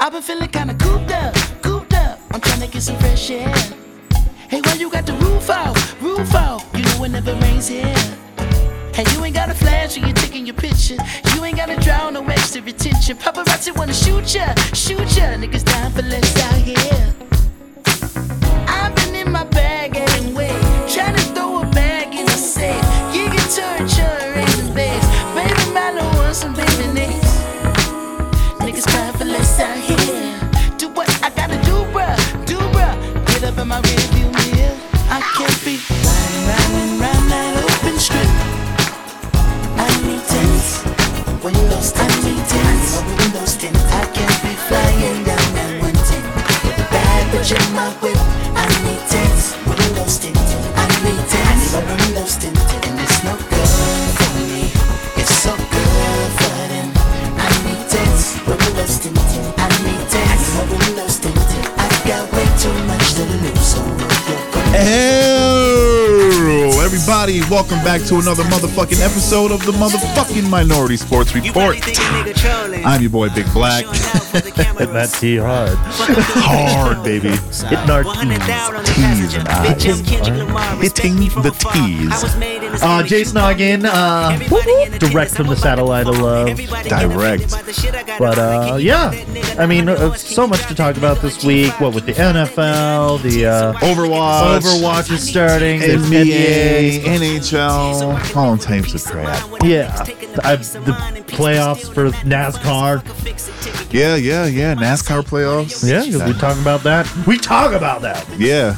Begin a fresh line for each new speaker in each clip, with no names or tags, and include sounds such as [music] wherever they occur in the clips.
I've been feeling kinda cooped up, cooped up. I'm tryna get some fresh air. Hey, well, you got the roof out, roof out. You know it never rains here. Hey, you ain't got a flash when you're taking your picture. You ain't gotta draw no extra attention. Paparazzi wanna shoot ya, shoot ya. Niggas dying for less out here. I've been in my bag anyway, trying to throw a bag in the safe. You can turn your in base. Baby, man, I want some baby names. Niggas crying for less out here. Do what I gotta do, bruh, do bruh. Get up in my rearview mirror. I can't be round and round and round that open strip. I need tents, windows tinted. I need tents, windows tinted. I can't be flying down that one tent. With the bad bitch in my whip. I need tents, windows tinted. I need tents, windows tinted. And it's no good for me. It's so good for them. I need tents, windows tinted. I need tents, windows tinted. I got way too much to lose, so uh, you're gonna.
Hello, everybody. Welcome back to another motherfucking episode of the motherfucking Minority Sports Report. I'm your boy Big Black.
Hit [laughs] that T hard.
Hard, baby.
Hitting our
T's and I's. Hitting the
T's. Uh, Jason Ogden, uh, direct from the satellite of love.
Direct.
But uh, yeah, I mean, uh, so much to talk about this week. What with the NFL, the uh,
Overwatch.
Overwatch is starting, there's
NBA,
NBA.
NHL, all types of crap.
Yeah, i the playoffs for NASCAR.
Yeah, yeah, yeah. NASCAR playoffs.
Yeah, 'cause we talk about that. We talk about that.
Yeah.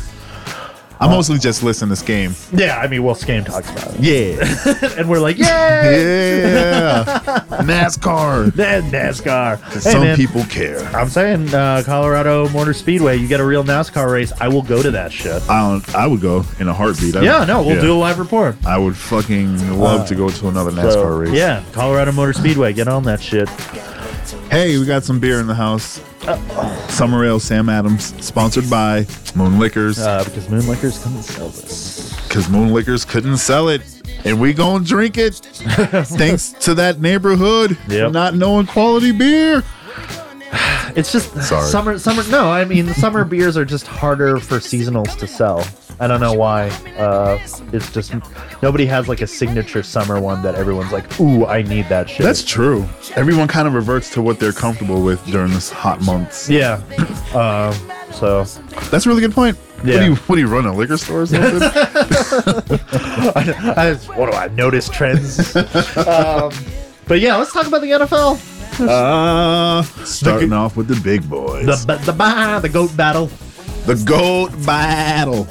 I mostly just listen to this game.
Yeah, I mean, well, Scam talks about it,
Yeah.
[laughs] and we're like, yay!
Yeah.
[laughs]
NASCAR.
That NASCAR. Hey,
Some
man,
people care.
I'm saying uh, Colorado Motor Speedway. You get a real NASCAR race. I will go to that shit.
I don't, I would go in a heartbeat. I-
yeah, no, we'll do a live report.
I would fucking love to go to another NASCAR
So,
race.
Uh, Yeah, Colorado Motor Speedway. Get on that shit.
Hey, we got some beer in the house.
Uh,
Summer Ale Sam Adams, sponsored by Moon Liquors,
Uh, because Moonlickers come and sell this.
because Moon Liquors couldn't sell it, and we gonna drink
[laughs]
it. thanks to that neighborhood
Yep.
not knowing quality beer.
It's just
Sorry.
summer. Summer. No, I mean the summer beers are just harder for seasonals to sell. I don't know why. Uh, it's just nobody has like a signature summer one that everyone's like, ooh, I need that shit.
That's true. Everyone kind of reverts to what they're comfortable with during this hot months.
yeah. Uh, so
That's a really good point. What
Yeah.
do you what do you run a liquor store or something? [laughs]
[laughs] I, what do I
[laughs]
notice trends? um, but yeah, let's talk about the NFL.
uh, starting off with the big boys.
The ba- the ba- the goat battle,
The GOAT battle,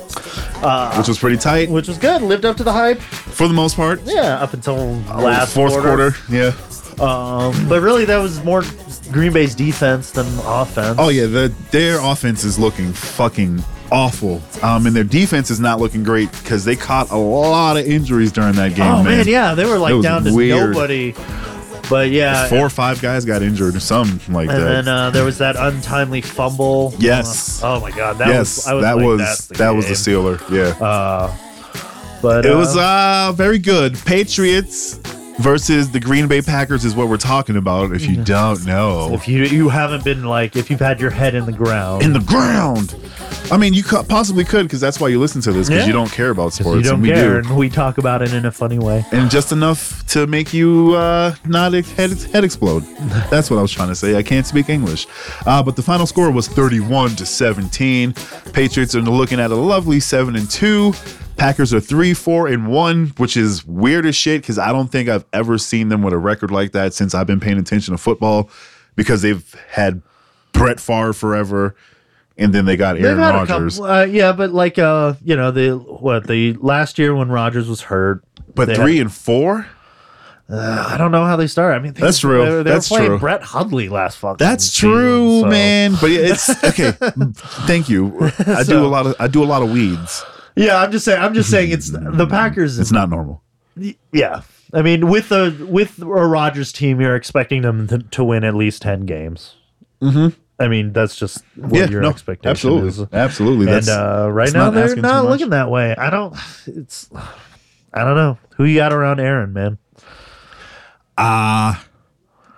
Uh,
which was pretty tight
which was good, lived up to the hype.
for the most part.
Yeah, up until last
Oh, fourth quarter. Yeah.
Um, but really, that was more Green Bay's defense than offense.
Oh yeah, the, their offense is looking fucking awful, um, and their defense is not looking great because they caught a lot of injuries during that game.
Oh, man. yeah, they were
That
like
was
down to
weird.
nobody. But yeah,
Four or five guys got injured or something like
and
that.
then uh, there was that untimely fumble.
Yes.
Uh, oh my God, that
yes,
was I was
that
like,
was
"That's
that was the
game." Uh,
sealer. Yeah,
But
it was uh very good. Patriots versus the Green Bay Packers is what we're talking about. If you don't know,
if you you haven't been like if you've had your head in the ground,
in the ground. I mean, you cou- possibly could because that's why you listen to this because
Yeah.
you don't care about sports.
you don't
and we
care,
do.
and we talk about it in a funny way.
And just enough to make you uh, not ex- head, head explode. That's what I was trying to say. I can't speak English. Uh, but the final score was 31 to 17. Patriots are looking at a lovely 7 and 2. Packers are 3 4 and 1, which is weird as shit because I don't think I've ever seen them with a record like that since I've been paying attention to football because they've had Brett Favre forever. And then they got Aaron
had a
Rodgers.
couple- uh, yeah, but like uh, you know, the what the last year when Rogers was hurt.
But
they
three and four?
had- I don't know how they started. I mean, they-
That's true.
They, were- they
That's
were playing
true.
Brett Hudley last fucking.
That's
season,
true,
so-
man. But yeah, it's okay. [laughs] Thank you. I do a lot of I do a lot of weeds.
Yeah, I'm just saying. I'm just
[laughs]
saying it's the Packers.
It's not normal.
yeah. I mean, with the with a Rogers team, you're expecting them to, to win at least ten games. Mm-hmm. I mean, that's just what
yeah,
your
no,
expectation
absolutely,
is.
absolutely.
And
That's
uh, right
it's
now
not
they're
asking too
not
much.
looking that way. I don't. It's. I don't know who you got around Aaron, man.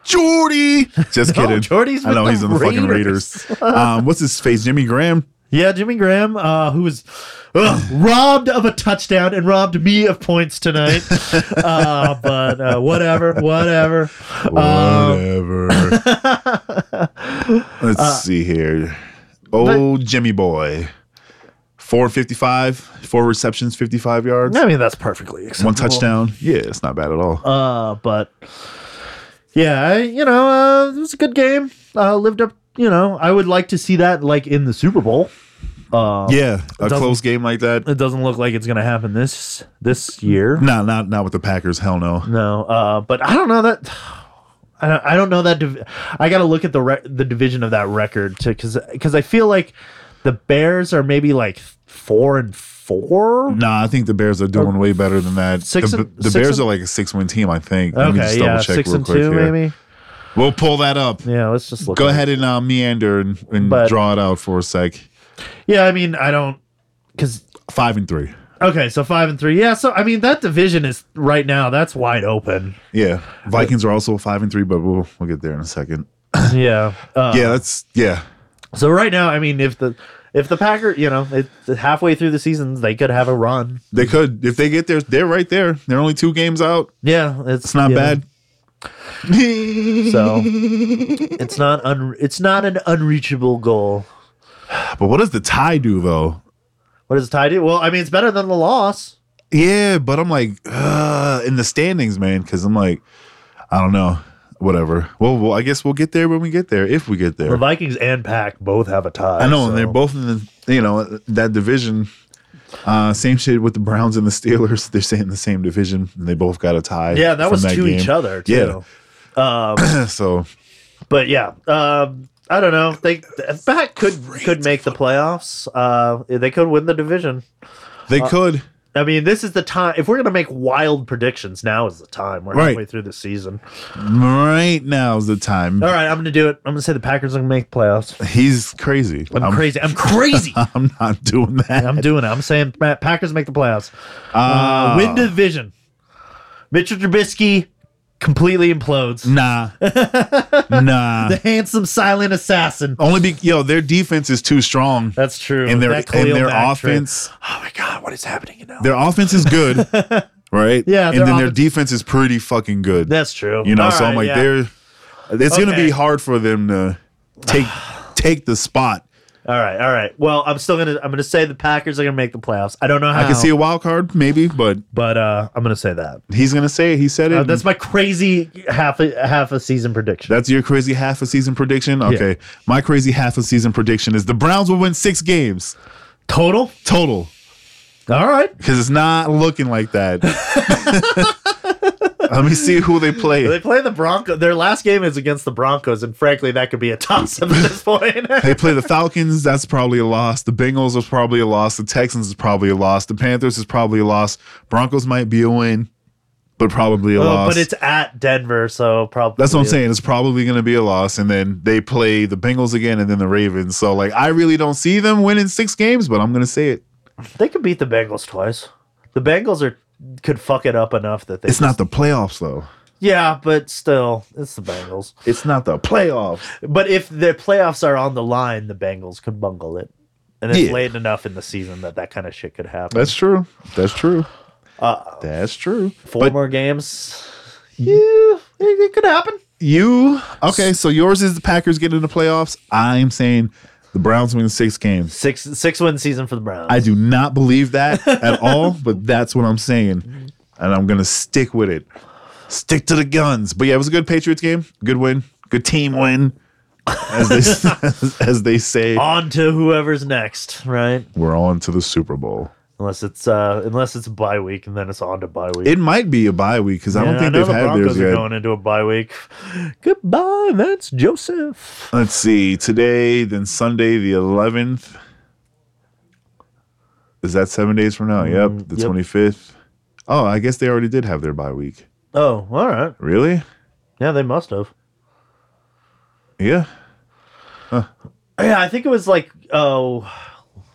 Jordy. Just
[laughs] No,
kidding.
Jordy's
I know
with
he's
the
in the fucking Raiders.
[laughs]
um, what's his face? Jimmy Graham.
Yeah, Jimmy Graham, uh, who was ugh,
[laughs]
robbed of a touchdown and robbed me of points tonight.
[laughs]
uh, but uh, whatever,
[laughs]
whatever. Um, [laughs]
Whatever. Let's
Uh,
see here. Oh, Jimmy boy. 455, four receptions, 55 yards,
I mean, that's perfectly acceptable.
one touchdown. Yeah, it's not bad at all.
Uh, but yeah, I, you know, uh, it was a good game. Uh, lived up. You know, I would like to see that like in the Super Bowl. Uh,
yeah, a
doesn't-
close game like that.
It doesn't look like it's gonna happen this this year.
No, not not with the Packers. Hell no.
No, uh, but I don't know that. [sighs] I don't, I don't know that. Div- I got to look at the re- the division of that record to because I feel like the Bears are maybe like four and four.
Nah, I think the Bears are doing way better than that.
Six
the
and-
the
six
Bears
and-
are like a six win team, I think. Let me
Okay,
just
yeah,
double-check
six
real
and
quick
two
here.
maybe.
We'll pull that up.
Yeah, let's just look.
Go
at it.
ahead and uh, meander and, and
But-
draw it out for a sec.
Yeah, I mean, I don't because
Five and three.
okay, so five and three. Yeah, so I mean that division is right now that's wide open.
Yeah, Vikings are also five and three, but we'll we'll get there in a second.
yeah, uh,
yeah, that's yeah.
So right now, I mean, if the if the Packer, you know, it, halfway through the season, they could have a run.
They could if they get there, they're right there. They're only two games out.
Yeah, it's,
It's not
yeah.
bad. [laughs]
So it's not un- it's not an unreachable goal.
But what does the tie do though?
What does the tie do? Well, I mean, it's better than the loss.
Yeah, but I'm like uh, in the standings, man, because I'm like, I don't know, whatever. Well, well, I guess we'll get there when we get there, if we get
The
there.
Vikings and Pack both have a tie.
I know, and they're
so-
both in the you know that division. Uh, same shit with the Browns and the Steelers. They're saying the same division, and they both got a tie.
Yeah, that
from
was to
game.
each other too.
[clears throat] so
But yeah, um, I don't know. They Pack could could make the playoffs. Uh, they could win the division.
they
Uh,
could.
I mean, this is the time. If we're gonna make wild predictions, now is the time. We're
Right.
halfway through the season.
Right now's the time.
All right, I'm gonna do it. I'm gonna say the Packers are gonna
[laughs]
make playoffs.
He's crazy.
I'm, crazy. I'm crazy.
[laughs] I'm not doing that.
I'm doing it. I'm saying Pa- Packers make the playoffs. Uh,
Ah.
win the division. Mitchell Trubisky completely implodes. [laughs]
nah, nah.
The handsome silent assassin.
Only be yo, their defense is too strong.
That's true.
Oh. and their
That
and
Khalil
their
Mack trade.
offense,
Oh my god, what is happening now?
their offense is
[laughs]
good, right?
Yeah,
and
their
then their
offen-
defense is pretty fucking good.
That's true.
you know,
All
so I'm
right,
like,
yeah.
they're it's gonna
Okay.
be hard for them to take take the spot.
All right, all right. Well, I'm still gonna I'm gonna say the Packers are gonna make the playoffs. I don't know how.
I can see a wild card maybe, but
but uh, I'm gonna say that.
he's gonna say it. He said it.
Uh, that's my crazy half a half a season prediction.
That's your crazy half a season prediction. Okay, my crazy half a season prediction is the Browns will win six games
total.
total.
All right.
Because it's not looking like
[laughs]
that. [laughs] Let me see who they
They
play.
play the Broncos. Their last game is against the Broncos, and frankly, that could be a toss up at this point. [laughs]
They play the Falcons. That's probably a loss. The Bengals is probably a loss. The Texans is probably a loss. The Panthers is probably a loss. Broncos might be a win, but probably a
well,
loss.
Uh, but it's at Denver, so probably.
That's what I'm saying. It's probably going to be a loss. And then they play the Bengals again and then the Ravens. So, like, I really don't see them winning six games, but I'm going to say it.
They could beat the Bengals twice. The Bengals are could fuck it up enough that they.
It's not the playoffs, though.
Yeah, but still, it's the Bengals.
It's not the playoffs.
But if the playoffs are on the line, the Bengals could bungle it. And it's
Yeah.
late enough in the season that that kind of shit could happen.
That's true. That's true.
Uh,
That's true.
Four
But-
more games. Yeah, it, it could happen.
You okay? So yours is the Packers getting in the playoffs. I'm saying the Browns win six games.
Six six win season for the Browns.
I do not believe
[laughs]
that at all, but that's what I'm saying, and I'm gonna stick with it. Stick to the guns. But yeah, it was a good Patriots game. Good win. Good team win, as they [laughs] as they say.
on to whoever's next, right?
We're on to the Super Bowl.
Unless it's uh unless it's a bye week and then it's on to bye week.
It might be a bye week because I
And
don't think
know
they've
the
had
Broncos
theirs
are
yet.
going into a bye week. Goodbye, that's Joseph.
Let's see. Today, then Sunday the 11th. Is that seven days from now? yep. The
Mm, yep.
25th. Oh, I guess they already did have their bye week.
Oh, all right.
Really?
Yeah, they must have.
Yeah.
Yeah, I think it was like oh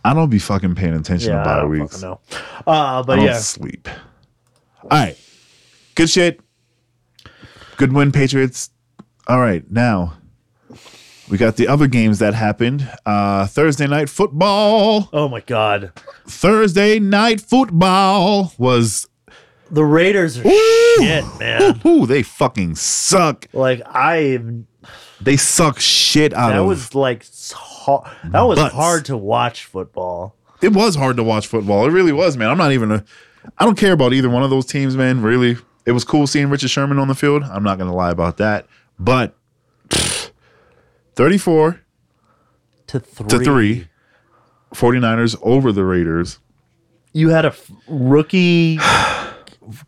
I don't be fucking paying attention
yeah,
to
I
bye
don't
weeks. Oh.
fucking know. Uh,
I
but
don't
yeah,
sleep. All right. Good shit. Good win, Patriots. All right, now we got the other games that happened. Uh, Thursday night football.
Oh my god,
Thursday night football was
the Raiders are shit, man.
ooh, they fucking suck.
Like I,
They suck shit out
that
of.
was like s- ha- that was
Butts.
hard to watch football.
it was hard to watch football. It really was, man. I'm not even. A, I don't care about either one of those teams, man. Really, it was cool seeing Richard Sherman on the field. I'm not gonna lie about that. But pfft, 34
To three.
to three, 49ers over the Raiders.
You had a f- rookie
[sighs]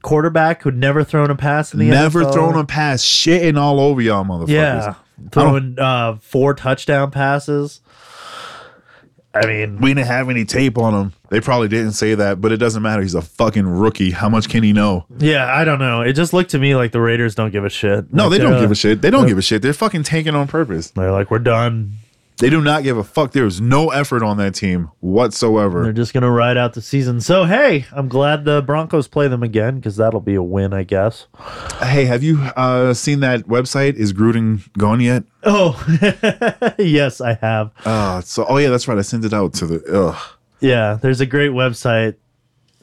quarterback who'd never thrown a pass in the
Never
NFL.
thrown a pass, shitting all over y'all, motherfuckers.
Yeah, throwing uh, four touchdown passes. I mean,
We didn't have any tape on him. They probably didn't say that, but it doesn't matter. He's a fucking rookie. How much can he know?
yeah, I don't know. It just looked to me like the Raiders don't give a shit.
No,
Like,
they
uh,
don't give a shit. They don't give a shit. They're fucking tanking on purpose.
They're like, we're done.
They do not give a fuck. There is no effort on that team whatsoever.
They're just gonna ride out the season. So hey, I'm glad the Broncos play them again because that'll be a win, I guess.
Hey, have you uh, seen that website? Is Gruden gone yet?
Oh, [laughs] yes, I have.
Uh, so, oh yeah, that's right. I sent it out to the. Ugh.
Yeah, there's a great website.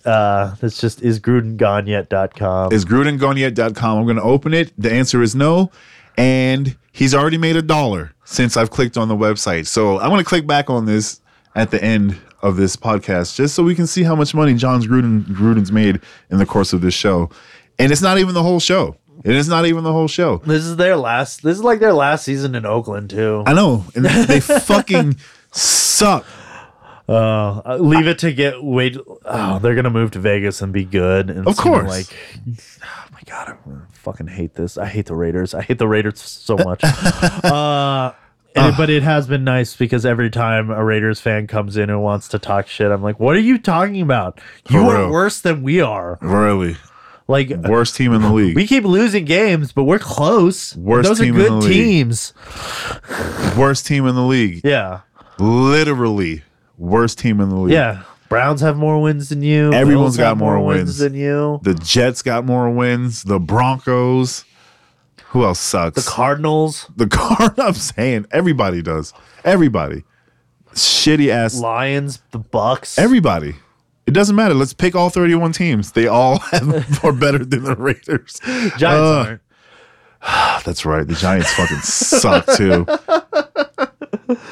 Uh, that's just is grudengoneyet.com.
Is Gruden gone yet.com. I'm going to open it. The answer is no, and he's already made a dollar since I've clicked on the website. So I'm going to click back on this at the end of this podcast just so we can see how much money John's Gruden Gruden's made in the course of this show, and it's not even the whole show. It is not even the whole show.
This is their last. This is like their last season in Oakland too.
I know, and
[laughs]
they fucking suck.
Uh, leave it to get wait. Oh, they're gonna move to Vegas and be good. And
Of
it's gonna,
course.
like oh my god, I fucking hate this. I hate the Raiders. I hate the Raiders so
[laughs]
much. uh, and- but it has been nice because every time a Raiders fan comes in and wants to talk shit, I'm like, "What are you talking about? You
For
are
real.
worse than we are.
Really,
Like
worst team in the league.
we keep losing games, but we're close.
Worst
Those
team
are
in
good
the league.
teams.
worst team in the league.
Yeah,
Literally, worst team in the league.
yeah. Browns have more wins than you.
Everyone's
Bills
got
have
more wins.
than you.
The Jets got more wins. The Broncos. Who else sucks?
The Cardinals.
The Card. [laughs] I'm saying everybody does. Everybody. Shitty ass.
Lions, the Bucks.
Everybody. It doesn't matter. Let's pick all 31 teams. They all [laughs] have are better than the Raiders.
Giants
Uh,
aren't.
That's right. The Giants fucking suck too.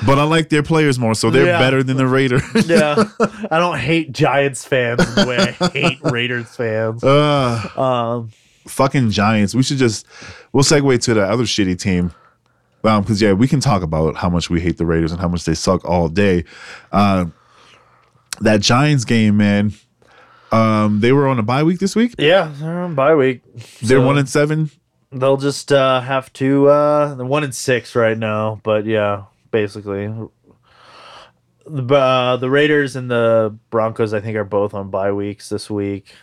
But I like their players more, so they're
Yeah.
better than the Raiders. [laughs]
Yeah, [laughs] I don't hate Giants fans the way I
[laughs]
hate Raiders fans.
Ugh.
Um,
fucking Giants. We should just we'll segue to the other shitty team. Um, because yeah, we can talk about how much we hate the Raiders and how much they suck all day. Uh, that Giants game, man. Um, they were on a bye week this week.
yeah, they're on bye week.
They're
So
one and seven.
They'll just uh, have to. Uh, they're one and six right now, but yeah, basically. The uh, the Raiders and the Broncos, I think, are both on bye weeks this week.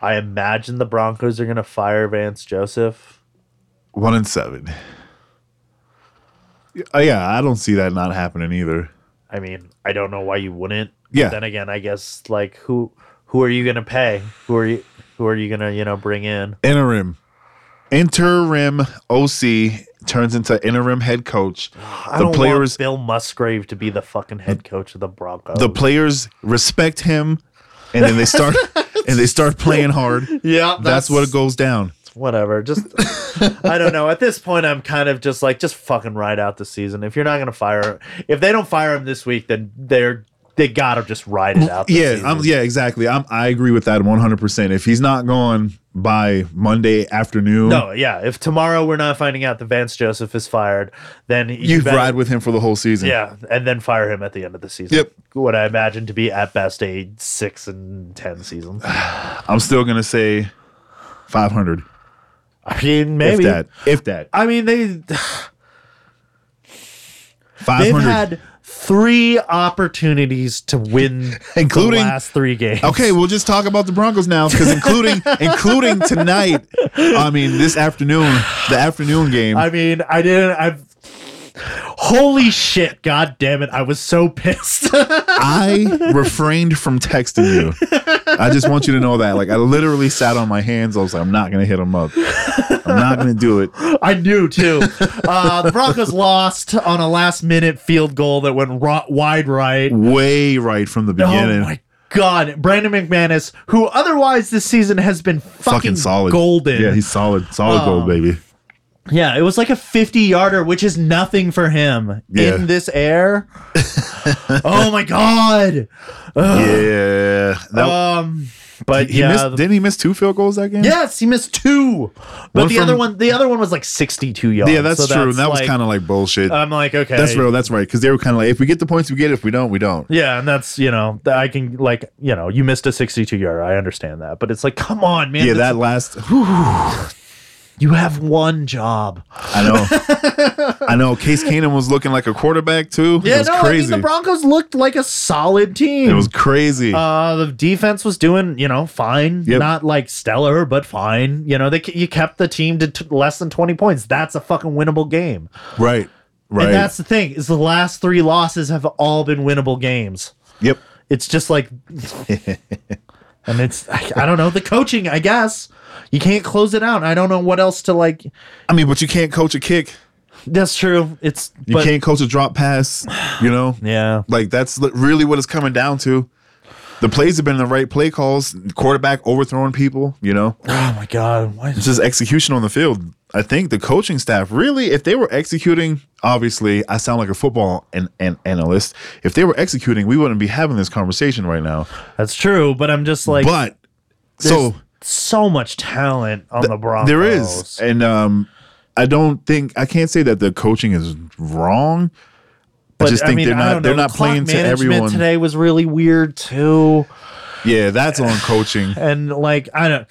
I imagine the Broncos are going to fire Vance Joseph.
One and seven. Uh, yeah, I don't see that not happening either.
I mean, I don't know why you wouldn't.
Yeah.
Then again, I guess like who who are you gonna pay? Who are you who are you gonna you know bring in?
Interim. Interim OC turns into interim head coach.
I
The
don't
players-
want Bill Musgrave to be the fucking head coach of the Broncos.
the players respect him and then they start [laughs] and they start playing hard
yeah,
that's, what it goes down [laughs]
Whatever. Just I don't know. At this point, I'm kind of just like just fucking ride out the season. If you're not gonna fire, if they don't fire him this week, then they're they gotta just ride it out. the
yeah
season.
I'm, yeah exactly I'm, i agree with that 100% if he's not gone by monday afternoon
No, yeah. If tomorrow we're not finding out that Vance Joseph is fired, then
you
better-
ride with him for the whole season
Yeah, and then fire him at the end of the season.
Yep.
What I imagine to be at best a six and
[sighs]
ten season.
i'm still gonna say 500
I mean,
if
maybe.
that if that
I mean, they they've
500
had three opportunities
[laughs]
to win,
Including-
the last three games.
Okay, we'll just talk about the Broncos now because
[laughs]
including including tonight, I mean this afternoon, the afternoon game.
I mean, I didn't. I've Holy shit! God damn it! I was so pissed. [laughs]
I refrained from texting you. I just want you to know that. Like, I literally sat on my hands. I was like, I'm not going to hit him up. I'm not going to do it.
I knew too. Uh, the Broncos [laughs] lost on a last-minute field goal that went ro- wide right.
Way right from the beginning.
Oh my god, Brandon McManus, who otherwise this season has been fucking,
Fucking solid.
golden. Oh.
Yeah, he's solid. Solid gold, baby.
Yeah, it was like a 50 yarder, which is nothing for him
Yeah.
in this
[laughs]
air. oh my god.
yeah. That,
Um, but
he
Uh. yeah,
missed,
the-
didn't he miss two field goals that game?
yes, he missed two, but
One
the
from-
other one, the other one was like 62 yards.
Yeah, that's
So
true. that was
like-
kind of like bullshit.
I'm like, okay,
that's real. That's right. Because they were kind of like, if we get the points, we get it. If we don't, we don't.
Yeah, and that's you know that I can like you know you missed a 62 yarder. I understand that, but it's like, come on, man.
Yeah,
this-
that last.
you have one job.
I know.
[laughs]
I know. Case Keenum was looking like a quarterback too. it
Yeah,
was
no,
crazy.
I mean the Broncos looked like a solid team.
it was crazy.
uh, the defense was doing, you know, fine.
Yep.
Not like stellar, but fine. You know, they you kept the team to t- less than twenty points. That's a fucking winnable game.
right. Right.
And that's the thing is the last three losses have all been winnable games.
yep.
It's
[laughs]
just like, and it's I, I don't know the coaching. I guess you can't close it out. I don't know what else to like.
I mean, but you can't coach a kick.
That's true. It's
You
but-
can't coach a drop pass. You know.
[sighs] Yeah.
Like that's li- really what it's coming down to. The plays have been the right play calls. Quarterback overthrowing people. You know.
Oh my god. Why
It's just execution on the field. I think the coaching staff really, if they were executing, obviously, I sound like a football an, an analyst. If they were executing, we wouldn't be having this conversation right now.
That's true. But I'm just like,
but so
so much talent on the Broncos.
there is, and um, I don't think I can't say that the coaching is wrong. I just think they're
I
not
don't
they're
know.
not
The clock
playing to
management
everyone.
Today was really weird too,
Yeah, that's on
[laughs]
coaching. [laughs]
and like I don't.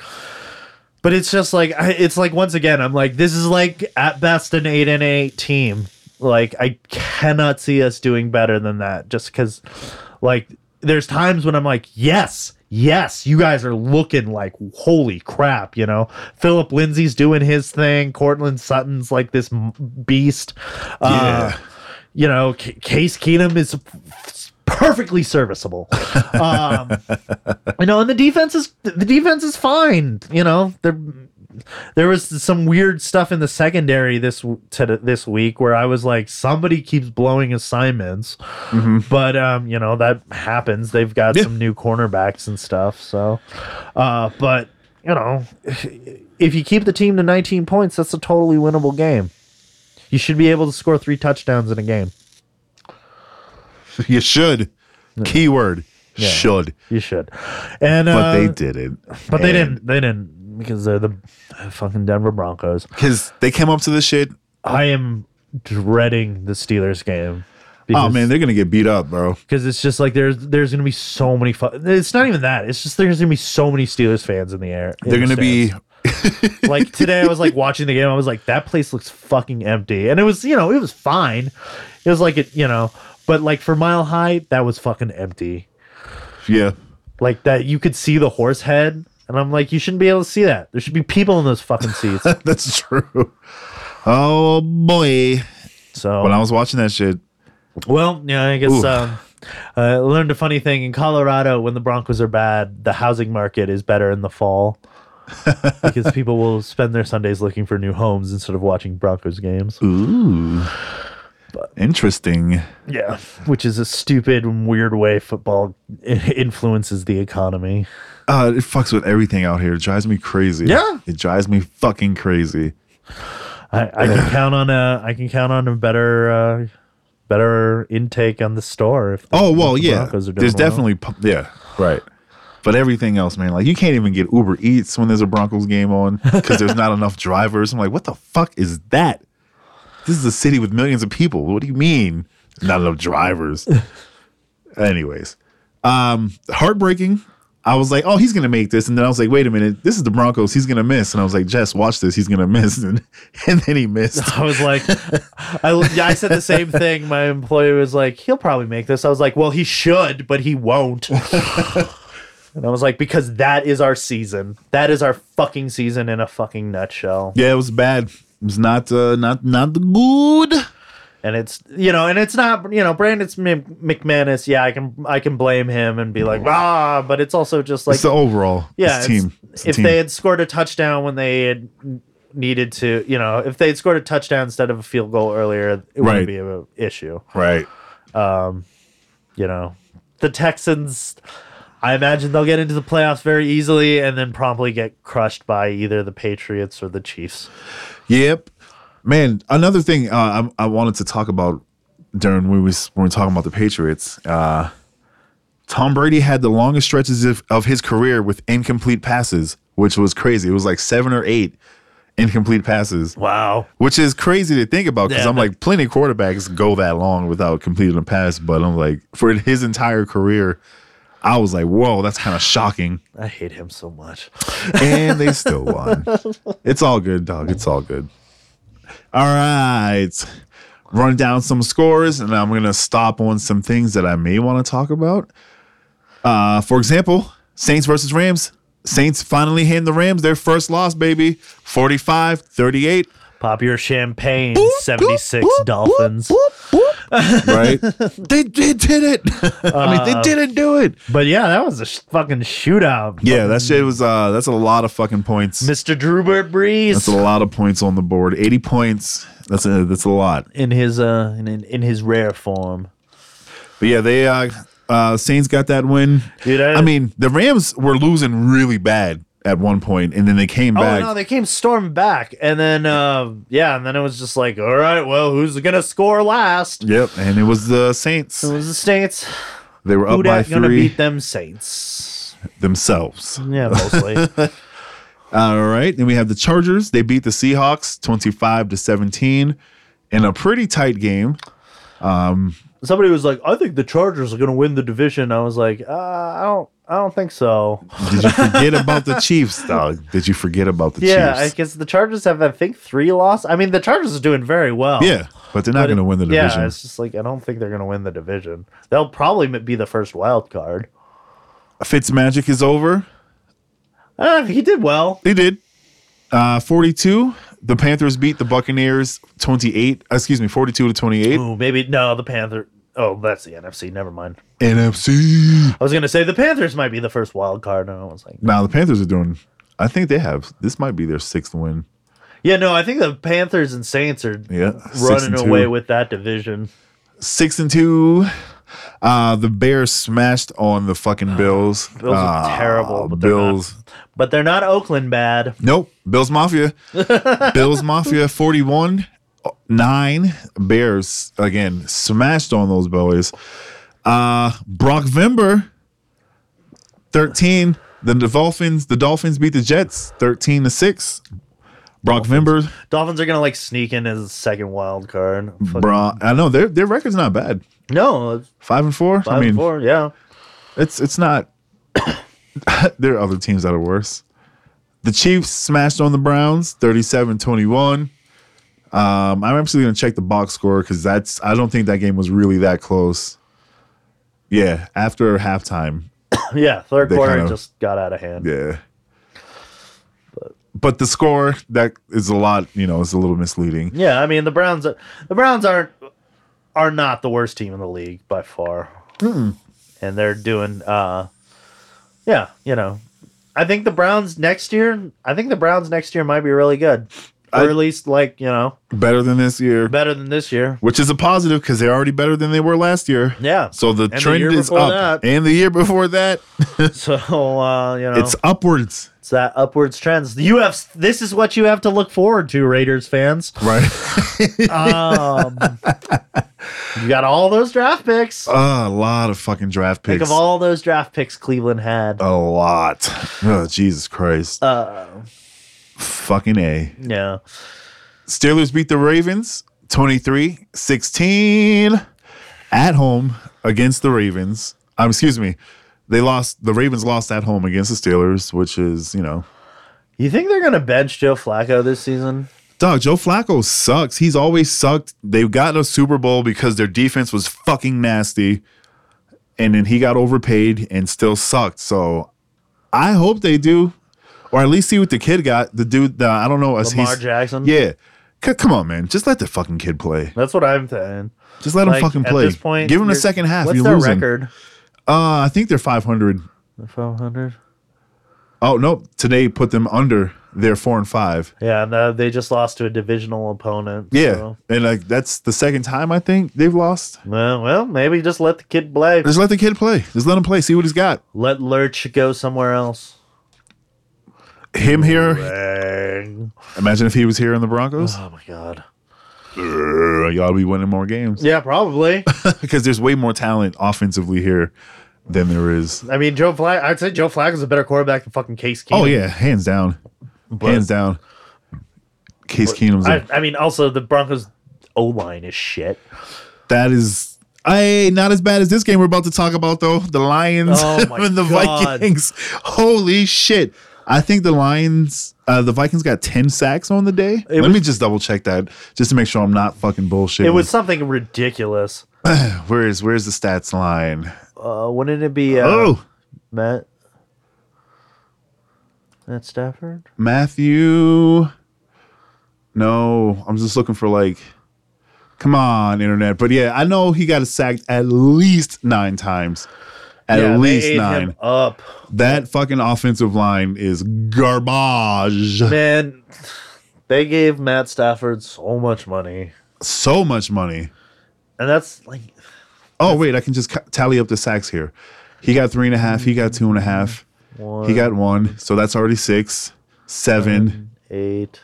But it's just like I, it's like once again I'm like this is like at best an eight and eight team. Like I cannot see us doing better than that, just because like there's times when I'm like yes. Yes, you guys are looking like holy crap, you know. Philip Lindsay's doing his thing. Cortland Sutton's like this m- beast. Uh,
Yeah.
you know, C- Case Keenum is perfectly serviceable. Um, you know, and the defense is the defense is fine. You know, there there was some weird stuff in the secondary this w- to this week where I was like, somebody keeps blowing assignments, but um, you know that happens. They've got
Mm-hmm. Yeah.
some new cornerbacks and stuff. So, uh, but you know, if you keep the team to 19 points, that's a totally winnable game. You should be able to score three touchdowns in a game.
you should. Keyword should,
You should. And
but
uh,
they didn't.
But they didn't. They didn't because they're the fucking Denver Broncos.
because they came up to this shit.
I am dreading the Steelers game.
Oh
Because,
man, they're gonna get beat up, bro.
because it's just like there's there's gonna be so many. Fu- it's not even that. It's just there's gonna be so many Steelers fans in the air. in
They're
the
gonna [laughs] be
stands. like today. I was like watching the game. I was like, that place looks fucking empty, and it was you know it was fine. It was like it you know, but like for Mile High, that was fucking empty.
yeah. [laughs]
Like that, you could see the horse head, and I'm like, you shouldn't be able to see that. There should be people in those
[laughs]
fucking seats.
That's true. Oh boy.
So
When I was watching that shit,
Well, yeah, I guess
Ooh.
um, I learned a funny thing in Colorado. When the Broncos are bad, the housing market is better in
[laughs]
the fall because people will spend their Sundays looking for new homes instead of watching Broncos games.
ooh, interesting.
Yeah, which is a stupid and weird way football i- influences the economy.
Uh, it fucks with everything out here. It drives me crazy.
Yeah.
It drives me fucking crazy.
I, I
[laughs]
can count on a I can count on a better uh, better intake on the store. If the,
Oh well,
if the
yeah.
Broncos are doing
There's
well.
definitely pu- yeah, right. But everything else, man, like you can't even get Uber Eats when there's a Broncos game
[laughs]
on because there's not enough drivers. I'm like, what the fuck is that? This is a city with millions of people. What do you mean not enough
[laughs]
drivers? Anyways, um, heartbreaking. I was like, oh, he's gonna make this, and then I was like, wait a minute, this is the Broncos. He's gonna miss, and I was like, Jess, watch this. He's gonna miss, [laughs] and, and then he missed.
[laughs] I was like, I, yeah, I said the same thing. My employee was like, he'll probably make this. I was like, well, he should, but he
[laughs]
won't. and I was like, because that is our season. That is our fucking season in a fucking nutshell.
Yeah, it was bad. It was not uh, not not the good.
and it's you know, and it's not you know, Brandon's M- McManus. Yeah, I can I can blame him and be like ah, but it's also just like
it's the overall.
yeah,
it's
it's-
team. It's the
if
team.
they had scored a touchdown when they had needed to, you know, if they had scored a touchdown instead of a field goal earlier, it
Right.
wouldn't be an issue.
right.
You know, the Texans. I imagine they'll get into the playoffs very easily and then promptly get crushed by either the Patriots or the Chiefs.
Yep. Man, another thing uh, I, I wanted to talk about during when we was- when we were talking about the Patriots. Uh, Tom Brady had the longest stretches of, of his career with incomplete passes, which was crazy. It was like seven or eight incomplete passes,
Wow.
which is crazy to think about because
Yeah,
I'm
that-
like, plenty of quarterbacks go that long without completing a pass. But I'm like, for his entire career, I was like, whoa, that's kind of shocking.
I hate him so much.
and they still won. It's all good, dog. It's all good. All right. Run down some scores, and I'm going to stop on some things that I may want to talk about. Uh, for example, Saints versus Rams. Saints finally hand the Rams their first loss, baby. 45 38.
Pop your champagne, 76 Dolphins.
Right? [laughs] they, they did it. I mean,
Uh,
they didn't do it.
But yeah, that was a sh- fucking shootout.
Yeah, that shit was, uh, that's a lot of fucking points.
Mr. Drewbert Breeze
That's a lot of points on the board. 80 points. That's a, that's a lot.
in his uh in, in his rare form.
But yeah, they uh, uh Saints got that win.
Dude, I-
I, mean, the Rams were losing really bad at one point, and then they came back.
Oh no, they came storming back, and then uh, yeah, and then it was just like, all right, well, who's gonna score last?
yep, and it was the Saints.
It was the Saints.
They were
Who
up by
dat gonna
three
beat them Saints?
themselves.
Yeah,
[laughs]
mostly.
All right, then we have the Chargers. They beat the Seahawks twenty-five to seventeen in a pretty tight game.
Somebody was like, I think the Chargers are gonna win the division. I was like, uh, I don't, I don't
[laughs]
think so.
Did you forget
[laughs]
about the Chiefs, dog? Did you forget about the
Yeah, I
Chiefs?
guess the Chargers have, I think, three loss. I mean, the Chargers are doing very well.
yeah, but they're not
But it-
going to win the division.
Yeah, it's just like I don't think they're gonna win the division. They'll probably m- be the first wild card.
Fitzmagic is over.
Uh, he did well.
They did. Uh, 42. The Panthers beat the Buccaneers 28. Excuse me, 42 to 28.
Ooh, maybe no, the Panther. Oh, that's the NFC. Never mind.
NFC.
I was gonna say the Panthers might be the first wild card, and I was like,
Now the Panthers are doing. I think they have. This might be their sixth win.
yeah, no, I think the Panthers and Saints are
Yeah, six
running
and two.
away with that division.
six and two. Uh, the Bears smashed on the fucking Bills.
Ah, Bills are
Uh,
terrible, but they're not.
Bills.
But they're not Oakland bad.
Nope. Bills
[laughs]
Mafia. Bills Mafia 41 9 Bears again smashed on those boys. Uh Brock Vember 13 then the Dolphins the Dolphins beat the Jets 13 to 6. Brock Vember
Dolphins are gonna like sneak in as a second wild card. Fuck-
Bro, I know their their record's not bad.
No, it's
5 and 4.
five
I mean,
and four. Yeah,
it's it's not [coughs] there are other teams that are worse. The Chiefs smashed on the Browns 37 21. Um, I'm actually going to check the box score because that's, I don't think that game was really that close. Yeah, after halftime.
yeah. Third
They
quarter
kind of-
just got out of hand.
Yeah. But the score, that is a lot, you know, it's a little misleading.
Yeah, I mean the Browns. The Browns aren't are not the worst team in the league by far,
Hmm.
and they're doing. uh Yeah, you know, I think the Browns next year. I think the Browns next year might be really good, or
I-
at least like you know
Better than this year,
better than this year. [laughs]
which is a positive because they're already better than they were last year.
Yeah.
So the
the
trend
year
is
before
up.
that.
And the year before that,
So uh, you know,
it's
it's,
upwards.
that upwards trends. You have this is what you have to look forward to, Raiders fans.
Right.
Um, [laughs] you got all those draft
[laughs]
picks.
Uh, a lot of fucking draft picks. Uh.
Think of all those draft picks Cleveland had.
a lot. Oh, Jesus Christ.
Uh,
fucking A.
yeah.
Steelers beat the Ravens 23 16 at home against the Ravens. Um, excuse me. They lost, the Ravens lost at home against the Steelers, which is, you know,
You think they're gonna bench Joe Flacco this season?
Dog, Joe Flacco sucks. He's always sucked. They've gotten a Super Bowl because their defense was fucking nasty. And then he got overpaid and still sucked. So I hope they do, or at least see what the kid got. The dude that I don't know. is
Lamar
he's-
Jackson?
Yeah. C- come on, man. Just let the fucking kid play.
That's what I'm saying.
Just let him
Like,
fucking
at
play.
this point,
Give him a
you're-
second half.
What's
You're
their
losing.
record?
Uh, I think they're 500.
The 500.
Oh nope. Today put them under their four and five.
Yeah, and, uh, they just lost to a divisional opponent.
Yeah,
so-
and like that's the second time I think they've lost.
Well, well, maybe just let the kid play.
Just let the kid play. Just let him play. See what he's got.
Let Lurch go somewhere else.
Him here.
Bang.
Imagine if he was here in the Broncos.
Oh my god.
Uh, Y'all be winning more [laughs] games
Yeah, probably.
because there's way more talent offensively here than there is.
I mean, Joe Flag. I'd say Joe Flacco's a better quarterback than fucking Case Keenum.
Oh yeah, hands down, hands down. Case Keenum's a
I, I mean, also the Broncos O line is shit.
That is I not as bad as this game we're about to talk about though. The Lions [laughs]
Oh, my
and the
God.
Vikings. Holy shit. I think the Lions uh the Vikings got 10 sacks on the day.
It
Let
was-
me just double check that just to make sure I'm not fucking bullshit.
It was something ridiculous.
where is where's the stats line?
Uh, wouldn't it be uh,
Oh,
Matt? Matt Stafford.
Matthew No, I'm just looking for like Come on, internet. But yeah, I know he got sacked at least 9 times. At
Yeah, they
least
ate
9.
him up,
That fucking offensive line is garbage.
man. They gave Matt Stafford so much money,
So much money.
and that's like
Oh, wait, I can just ca- tally up the sacks here. He got three and a half. He got two and a half.
one,
He got one. So that's already six, seven,
eight,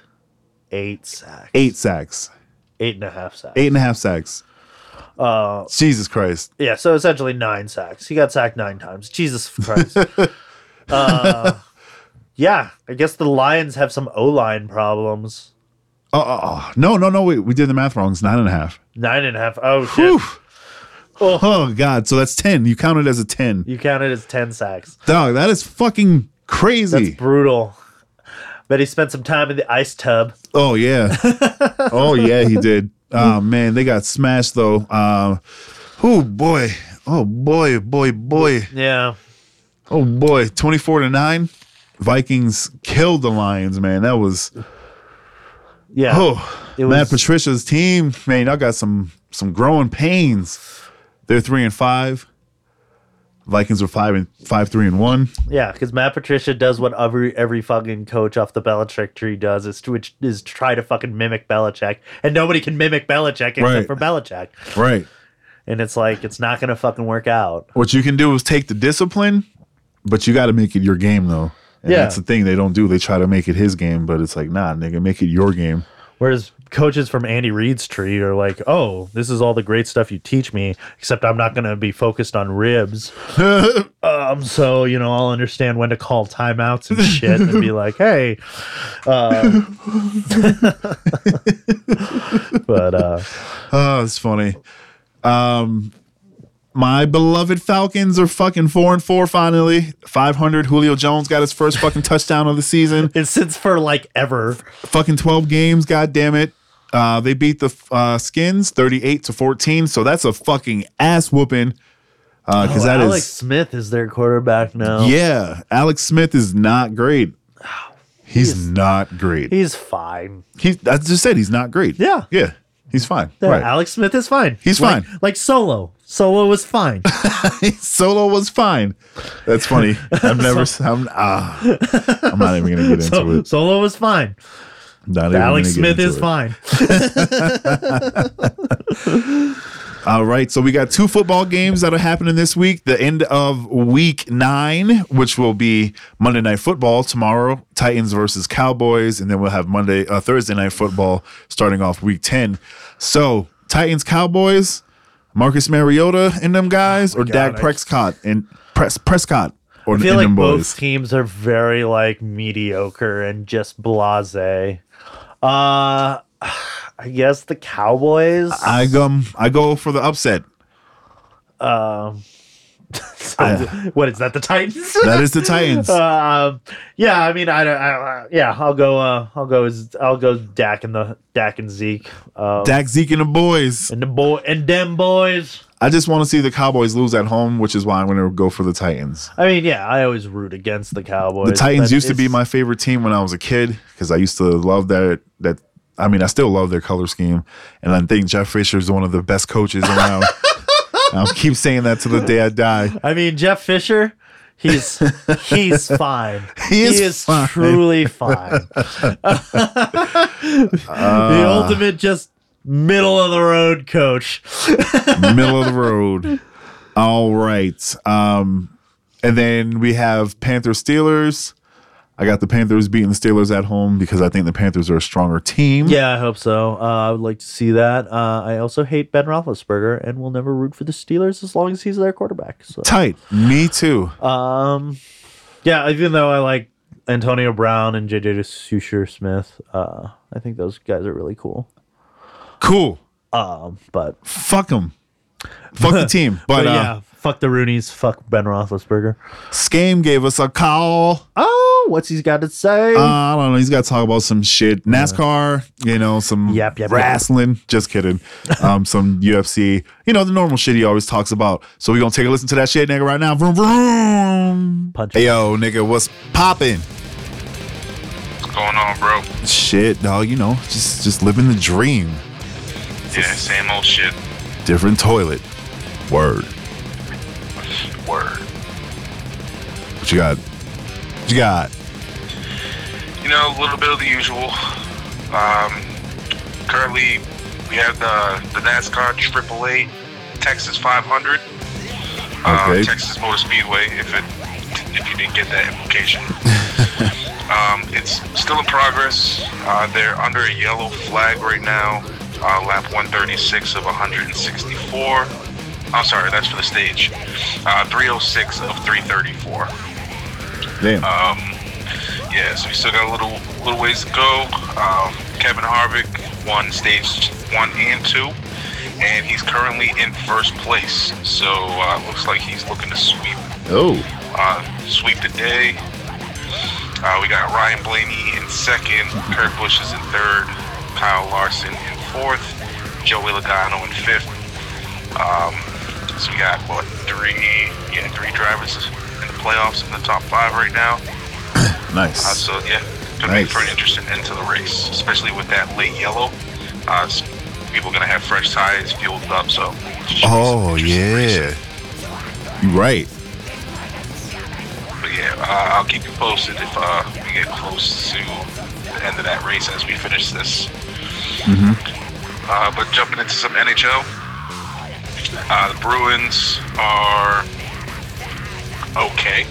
eight sacks,
eight sacks,
eight and a half sacks.
eight and a half sacks.
Uh,
Jesus Christ.
yeah, so essentially nine sacks. He got sacked nine times. Jesus
[laughs]
Christ. uh, yeah, I guess the Lions have some O line problems.
Oh, oh, oh. no, no, no. Wait, we did the math wrong. It's nine and a half.
Nine and a half. Oh
Whew.
shit!
Oh, God. So that's 10. You count it as a 10.
You counted as ten sacks.
Dog, that is fucking crazy.
That's brutal. But he spent some time in the ice tub.
Oh
[laughs]
yeah. oh yeah, he did. Oh man, they got smashed though. Um oh boy. Oh boy, boy, boy.
Yeah,
Oh boy. 24 to 9. Vikings killed the Lions, man. That was
yeah.
oh
It
Matt
was-
Patricia's team, man, y'all got some some growing pains. They're three and five. Vikings were five and five, three and one.
Yeah, because Matt Patricia does what every every fucking coach off the Belichick tree does, is to, which is to try to fucking mimic Belichick, and nobody can mimic Belichick except
Right.
for Belichick.
Right.
And it's like it's not gonna fucking work out.
What you can do is take the discipline, but you got to make it your game though. And
Yeah.
that's the thing they don't do. They try to make it his game, but it's like, nah, nigga, make it your game.
Whereas coaches from Andy Reid's tree are like, oh, this is all the great stuff you teach me, except I'm not gonna be focused on
[laughs]
ribs. um, so you know I'll understand when to call timeouts and shit, and be like, hey. Uh, [laughs] but uh,
Oh, it's funny. Um, my beloved Falcons are fucking four and four finally. Five hundred. Julio Jones got his first fucking touchdown of the season.
It's since for like ever.
Fucking twelve games. God damn it. Uh, they beat the uh, Skins thirty-eight to fourteen. So that's a fucking ass whooping. Because that is.
Oh, Alex Smith is their quarterback now.
Yeah, Alex Smith is not
[sighs]
great. He's not great.
He's fine.
He, I just said he's not great.
Yeah.
yeah, he's fine.
Yeah,
right,
Alex Smith is fine.
He's
Like-
fine.
Like Solo. Solo was fine.
[laughs] solo was fine. That's
[laughs]
funny. I've never. I'm, ah, I'm not even gonna get into
[laughs] So-
it.
Solo was fine.
Not even
Alex
gonna get
Smith
into
is
it.
fine.
All right, so we got two football games that are happening this week. The end of week nine, which will be Monday Night Football tomorrow, Titans versus Cowboys, and then we'll have Monday, uh, Thursday Night Football starting off week ten. So Titans Cowboys, Marcus Mariota and them guys, or Dak
I-
Prescott and Pres- Prescott or
I feel
and
like
them
both
boys.
teams are very like mediocre and just blase. Uh I guess the Cowboys.
I um, I go for the upset.
um
I-
[laughs] what is that? The Titans?
[laughs] That is the Titans.
[laughs] Um, yeah, I mean, I don't. I, I- yeah, I'll go. Uh, I'll go. z- I'll go. Dak and the Dak and Zeke. Um,
Dak, Zeke, and the boys.
and the boy and them boys.
I just want to see the Cowboys lose at home, which is why I'm going to go for the Titans.
I mean, yeah, I always root against the Cowboys.
The Titans
but
used to be
it's-
my favorite team when I was a kid because I used to love that that I mean, I still love their color scheme, and I think Jeff Fisher is one of the best coaches around. [laughs] I'll keep saying that to the day I die.
I mean, Jeff Fisher, he's
[laughs]
he's fine.
He is fine. [laughs]
truly fine.
Uh,
the ultimate, just middle of the road coach.
Middle of the road. All right. Um, and then we have Panther Steelers. I got the Panthers beating the Steelers at home because I think the Panthers are a stronger team.
Yeah, I hope so. Uh, I would like to see that. Uh, I also hate Ben Roethlisberger and will never root for the Steelers as long as he's their quarterback. So.
Tight. Me too.
Um, yeah, even though I like Antonio Brown and JJ Sushir Smith, uh, I think those guys are really cool.
Cool.
Um, but,
Fuck them. Fuck
[laughs]
the team. But,
but
uh,
yeah, fuck the Roonies, fuck Ben Roethlisberger.
Scam gave us a call.
Oh, what's he's got to say?
Uh, I don't know. He's got to talk about some shit. NASCAR, you know, some
Yep, yep, yep.
wrestling. Just kidding.
[laughs]
Um, some UFC. You know, the normal shit he always talks about. So we're going to take a listen to that shit, nigga, right now. Vroom, vroom.
Punch.
Hey, yo, nigga, what's poppin'?
going on, bro?
Shit, dog, you know, just just living the dream.
Yeah, same old shit.
Different toilet. Word.
Word.
What you got? What you got?
You know, a little bit of the usual. Um, currently, we have the, the NASCAR AAA Texas 500. uh,
Okay.
Texas Motor Speedway, if it if you didn't get that implication. um, it's still in progress. Uh, they're under a yellow flag right now. Uh, lap 136 of 164. I'm sorry, that's for the stage. Uh, 306 of 334.
Damn.
Yeah, so we still got a little little ways to go. Um, Kevin Harvick won stage one and two, and he's currently in first place. So uh, looks like he's looking to sweep
oh.
uh, sweep the day. Uh, we got Ryan Blaney in second, Kurt Busch is in third, Kyle Larson in fourth, Joey Logano in fifth. Um, so we got what three? Yeah, three drivers in the playoffs in the top five right now. Uh,
Nice.
so yeah, could make
Nice.
for an interesting end to the race, especially with that late yellow. Uh, s- people gonna have fresh tires, fueled up, so. should be some
Oh,
interesting racing.
yeah. You right.
But yeah, uh, I'll keep you posted if uh, we get close to the end of that race as we finish this. Uh, but jumping into some NHL, uh, the Bruins are okay.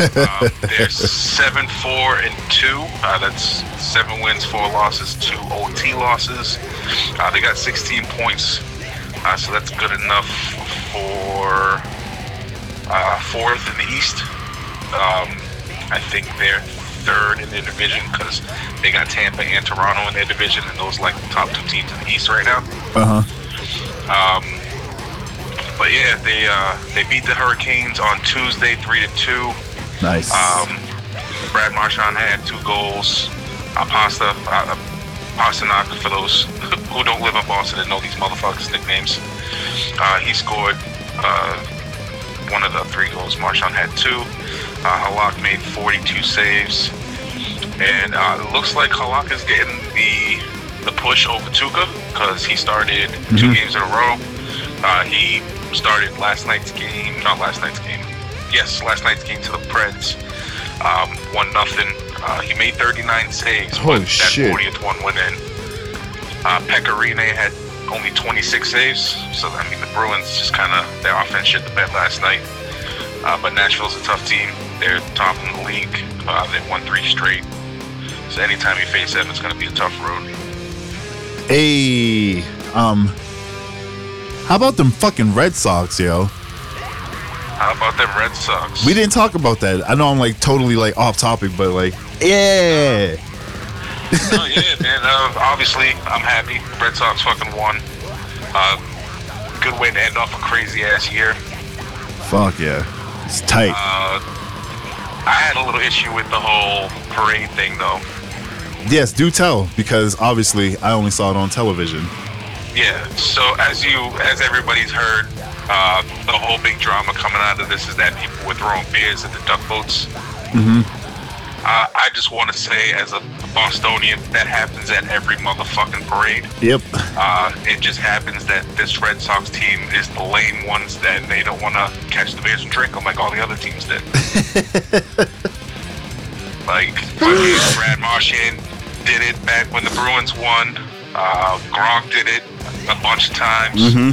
um, they're seven four and two. Uh, that's seven wins, four losses, two OT losses. Uh, they got 16 points, uh, so that's good enough for uh, fourth in the East. Um, I think they're third in their division because they got Tampa and Toronto in their division, and those like the top two teams in the East right now.
Uh huh.
But yeah, they uh, they beat the Hurricanes on Tuesday, three to two.
Nice.
Um, Brad Marchand had two goals. Uh, Pasta, uh, Pasternak, for those [laughs] who don't live in Boston and know these motherfuckers' nicknames, uh, he scored uh, one of the three goals. Marchand had two. Uh, Halak made 42 saves. And uh, it looks like Halak is getting the the push over Tuca because he started
Mm-hmm.
two games in a row. Uh, he started last night's game, not last night's game. Yes, last night's game to the Preds, um, one nothing. Uh, he made 39 saves,
Holy
but that
shit.
40th one went in. Uh, Pecorine had only 26 saves, so I mean the Bruins just kind of their offense shit the bed last night. Uh, but Nashville's a tough team. They're top in the league. Uh, they won three straight. So anytime you face them, it's going to be a tough road.
Hey, um, how about them fucking Red Sox, yo?
How about them Red Sox? [laughs]
We didn't talk about that. I know I'm like totally like off topic, but like, yeah,
oh, yeah, man. Uh, obviously, I'm happy. Red Sox fucking won. Uh, good way to end off a crazy ass year.
fuck yeah, it's tight.
I had a little issue with the whole parade thing, though.
yes, do tell because obviously I only saw it on television.
Yeah. So as you, as everybody's heard, uh, the whole big drama coming out of this is that people were throwing beers at the duck boats. Uh, I just want to say, as a Bostonian, that happens at every motherfucking parade.
Yep.
Uh, it just happens that this Red Sox team is the lame ones that they don't want to catch the beers and drink them like all the other teams
[laughs]
did. like, fucking Brad Marchand did it back when the Bruins won. Uh, Gronk did it a bunch of times.
Mm-hmm.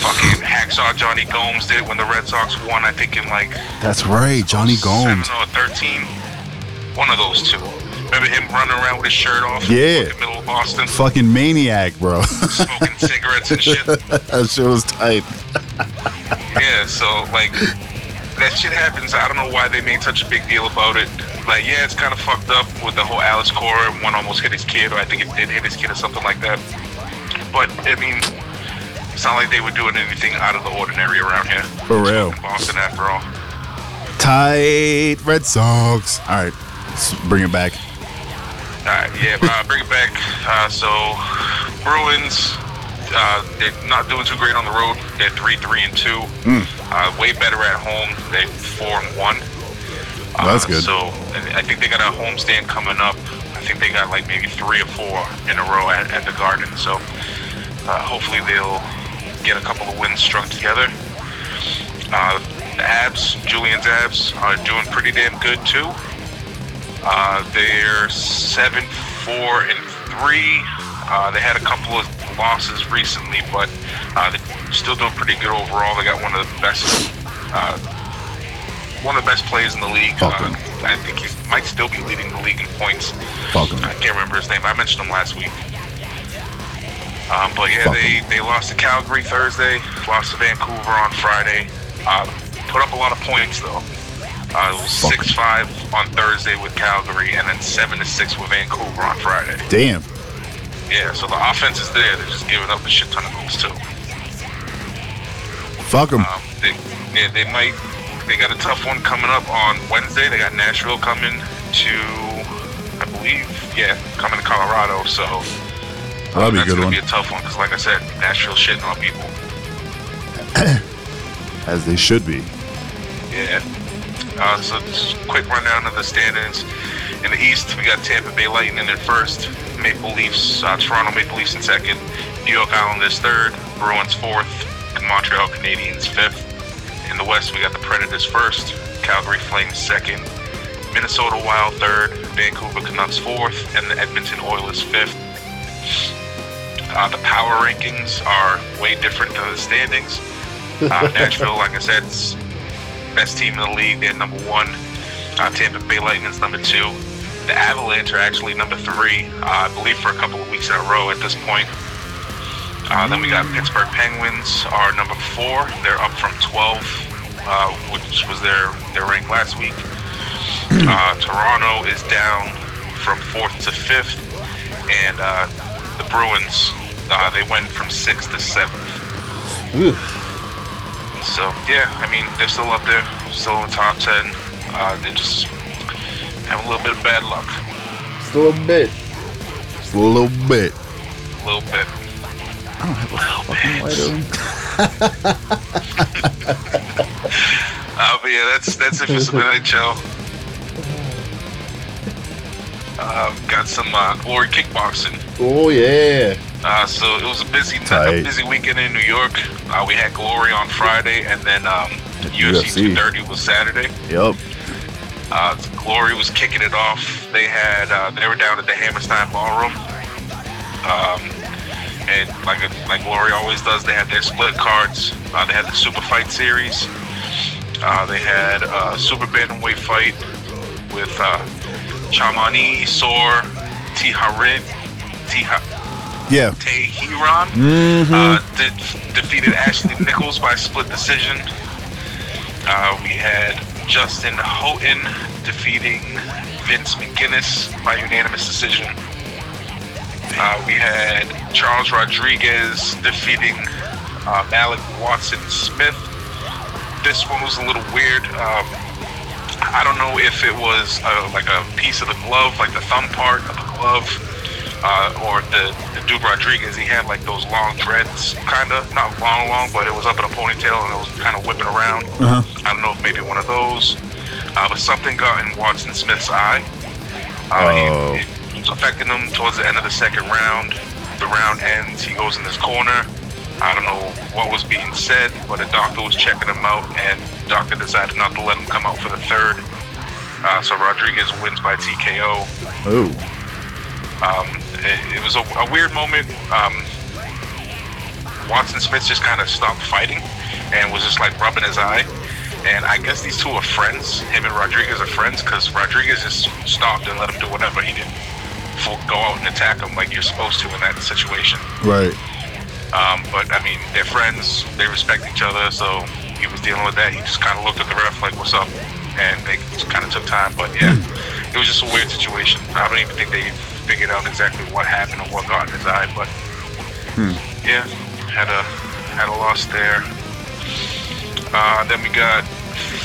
Fucking Hacksaw Johnny Gomes did it when the Red Sox won, I think, in like
That's right, Johnny Gomes.
seven or 13. One of those two. Remember him running around with his shirt off
Yeah.
in the middle of Boston,
Fucking maniac,
[laughs]
bro.
smoking cigarettes
[laughs]
and shit?
that shit was tight.
Yeah, so like that shit happens. I don't know why they made such a big deal about it. Like, yeah, it's kind of fucked up with the whole Alex Cora one almost hit his kid, or I think it did hit his kid or something like that. But I mean, it's not like they were doing anything out of the ordinary around here.
For real.
In Boston, after all.
Tight Red Sox. All right, let's bring it back.
Alright, yeah, uh, bring it back. Uh, so, Bruins, uh, they're not doing too great on the road. They're 3 3 and 2.
Hmm.
Uh, way better at home. They're 4 and 1. Uh,
that's good.
So, and I think they got a homestand coming up. I think they got like maybe three or four in a row at, at the Garden. So, uh, hopefully, they'll get a couple of wins strung together. Uh, the Abs, Julian's Abs, are doing pretty damn good too. Uh, they're seven, four, and three. Uh, they had a couple of losses recently, but uh, they're still doing pretty good overall. They got one of the best, uh, one of the best players in the league. Uh,
Falcon.
I think he might still be leading the league in points.
Falcon.
I can't remember his name. I mentioned him last week. Um, but yeah,
Fuck
they, they lost to Calgary Thursday, lost to Vancouver on Friday. Uh, put up a lot of points though. Uh, it was
Fuck.
six five on Thursday with Calgary, and then seven to six with Vancouver on Friday.
Damn.
Yeah, so the offense is there. They're just giving up a shit ton of goals too.
Fuck him.
Um, they, yeah, they might. They got a tough one coming up on Wednesday. They got Nashville coming to, I believe, yeah, coming to Colorado. So um,
That'll be a
that's
good
gonna
one.
be a tough one because, like I said, Nashville shitting on people.
As they should be.
Yeah. Uh, so just a quick rundown of the standings. In the East, we got Tampa Bay Lightning in first, Maple Leafs, uh, Toronto Maple Leafs in second, New York Islanders third, Bruins fourth, and Montreal Canadiens fifth. In the West, we got the Predators first, Calgary Flames second, Minnesota Wild third, Vancouver Canucks fourth, and the Edmonton Oilers fifth. Uh, the power rankings are way different than the standings. Uh, Nashville, like I said, is best team in the league. They're number one. Uh, Tampa Bay Lightning's number two. The Avalanche are actually number three, uh, I believe, for a couple of weeks in a row at this point. Uh, then we got Pittsburgh Penguins are number four. They're up from 12, uh, which was their, their rank last week. Uh, Toronto is down from fourth to fifth. And uh, the Bruins, uh, they went from sixth to seventh. So yeah, I mean they're still up there, still in the top ten. Uh, they just have a little bit of bad luck,
Still a bit.
A little bit.
a little bit. Uh, but yeah, that's that's it for some NHL. Uh, got some uh, glory kickboxing.
Oh yeah.
Uh, so it was a busy
Tight.
a busy weekend in New York. Uh, we had Glory on Friday, and then um,
UFC.
UFC 230 was Saturday.
Yep.
Uh, Glory was kicking it off. They had uh, they were down at the Hammerstein Ballroom, um, and like like Glory always does, they had their split cards. Uh, they had the Super Fight series. Uh, they had uh, Super Bantamweight fight with uh, Chamani Sor Tiharid Tiha
Yeah.
Tehiran. Uh, de- defeated Ashley Nichols by split decision. Uh, we had Justin Houghton defeating Vince McGinnis by unanimous decision. Uh, we had Charles Rodriguez defeating uh, Malik Watson Smith. This one was a little weird. Um, I don't know if it was uh, like a piece of the glove, like the thumb part of the glove, uh, or the, the Dude Rodriguez. He had like those long dreads, kind of not long, long, but it was up in a ponytail and it was kind of whipping around. I don't know if maybe one of those, uh, but something got in Watson Smith's eye. Uh, he-
Oh.
he was affecting him towards the end of the second round. The round ends. He goes in his corner. I don't know what was being said, but a doctor was checking him out, and doctor decided not to let him come out for the third. Uh, so Rodriguez wins by TKO.
Oh,
Um, it, it was a, a weird moment. Um, Watson Smith just kind of stopped fighting and was just like rubbing his eye. And I guess these two are friends. Him and Rodriguez are friends because Rodriguez just stopped and let him do whatever. He didn't full go out and attack him like you're supposed to in that situation.
right.
Um, but I mean, they're friends. They respect each other. So he was dealing with that. He just kind of looked at the ref like, "What's up?" And they just kind of took time. But yeah, it was just a weird situation. I don't even think they figured out exactly what happened or what got in his eye. But yeah, had a had a loss there. Uh, then we got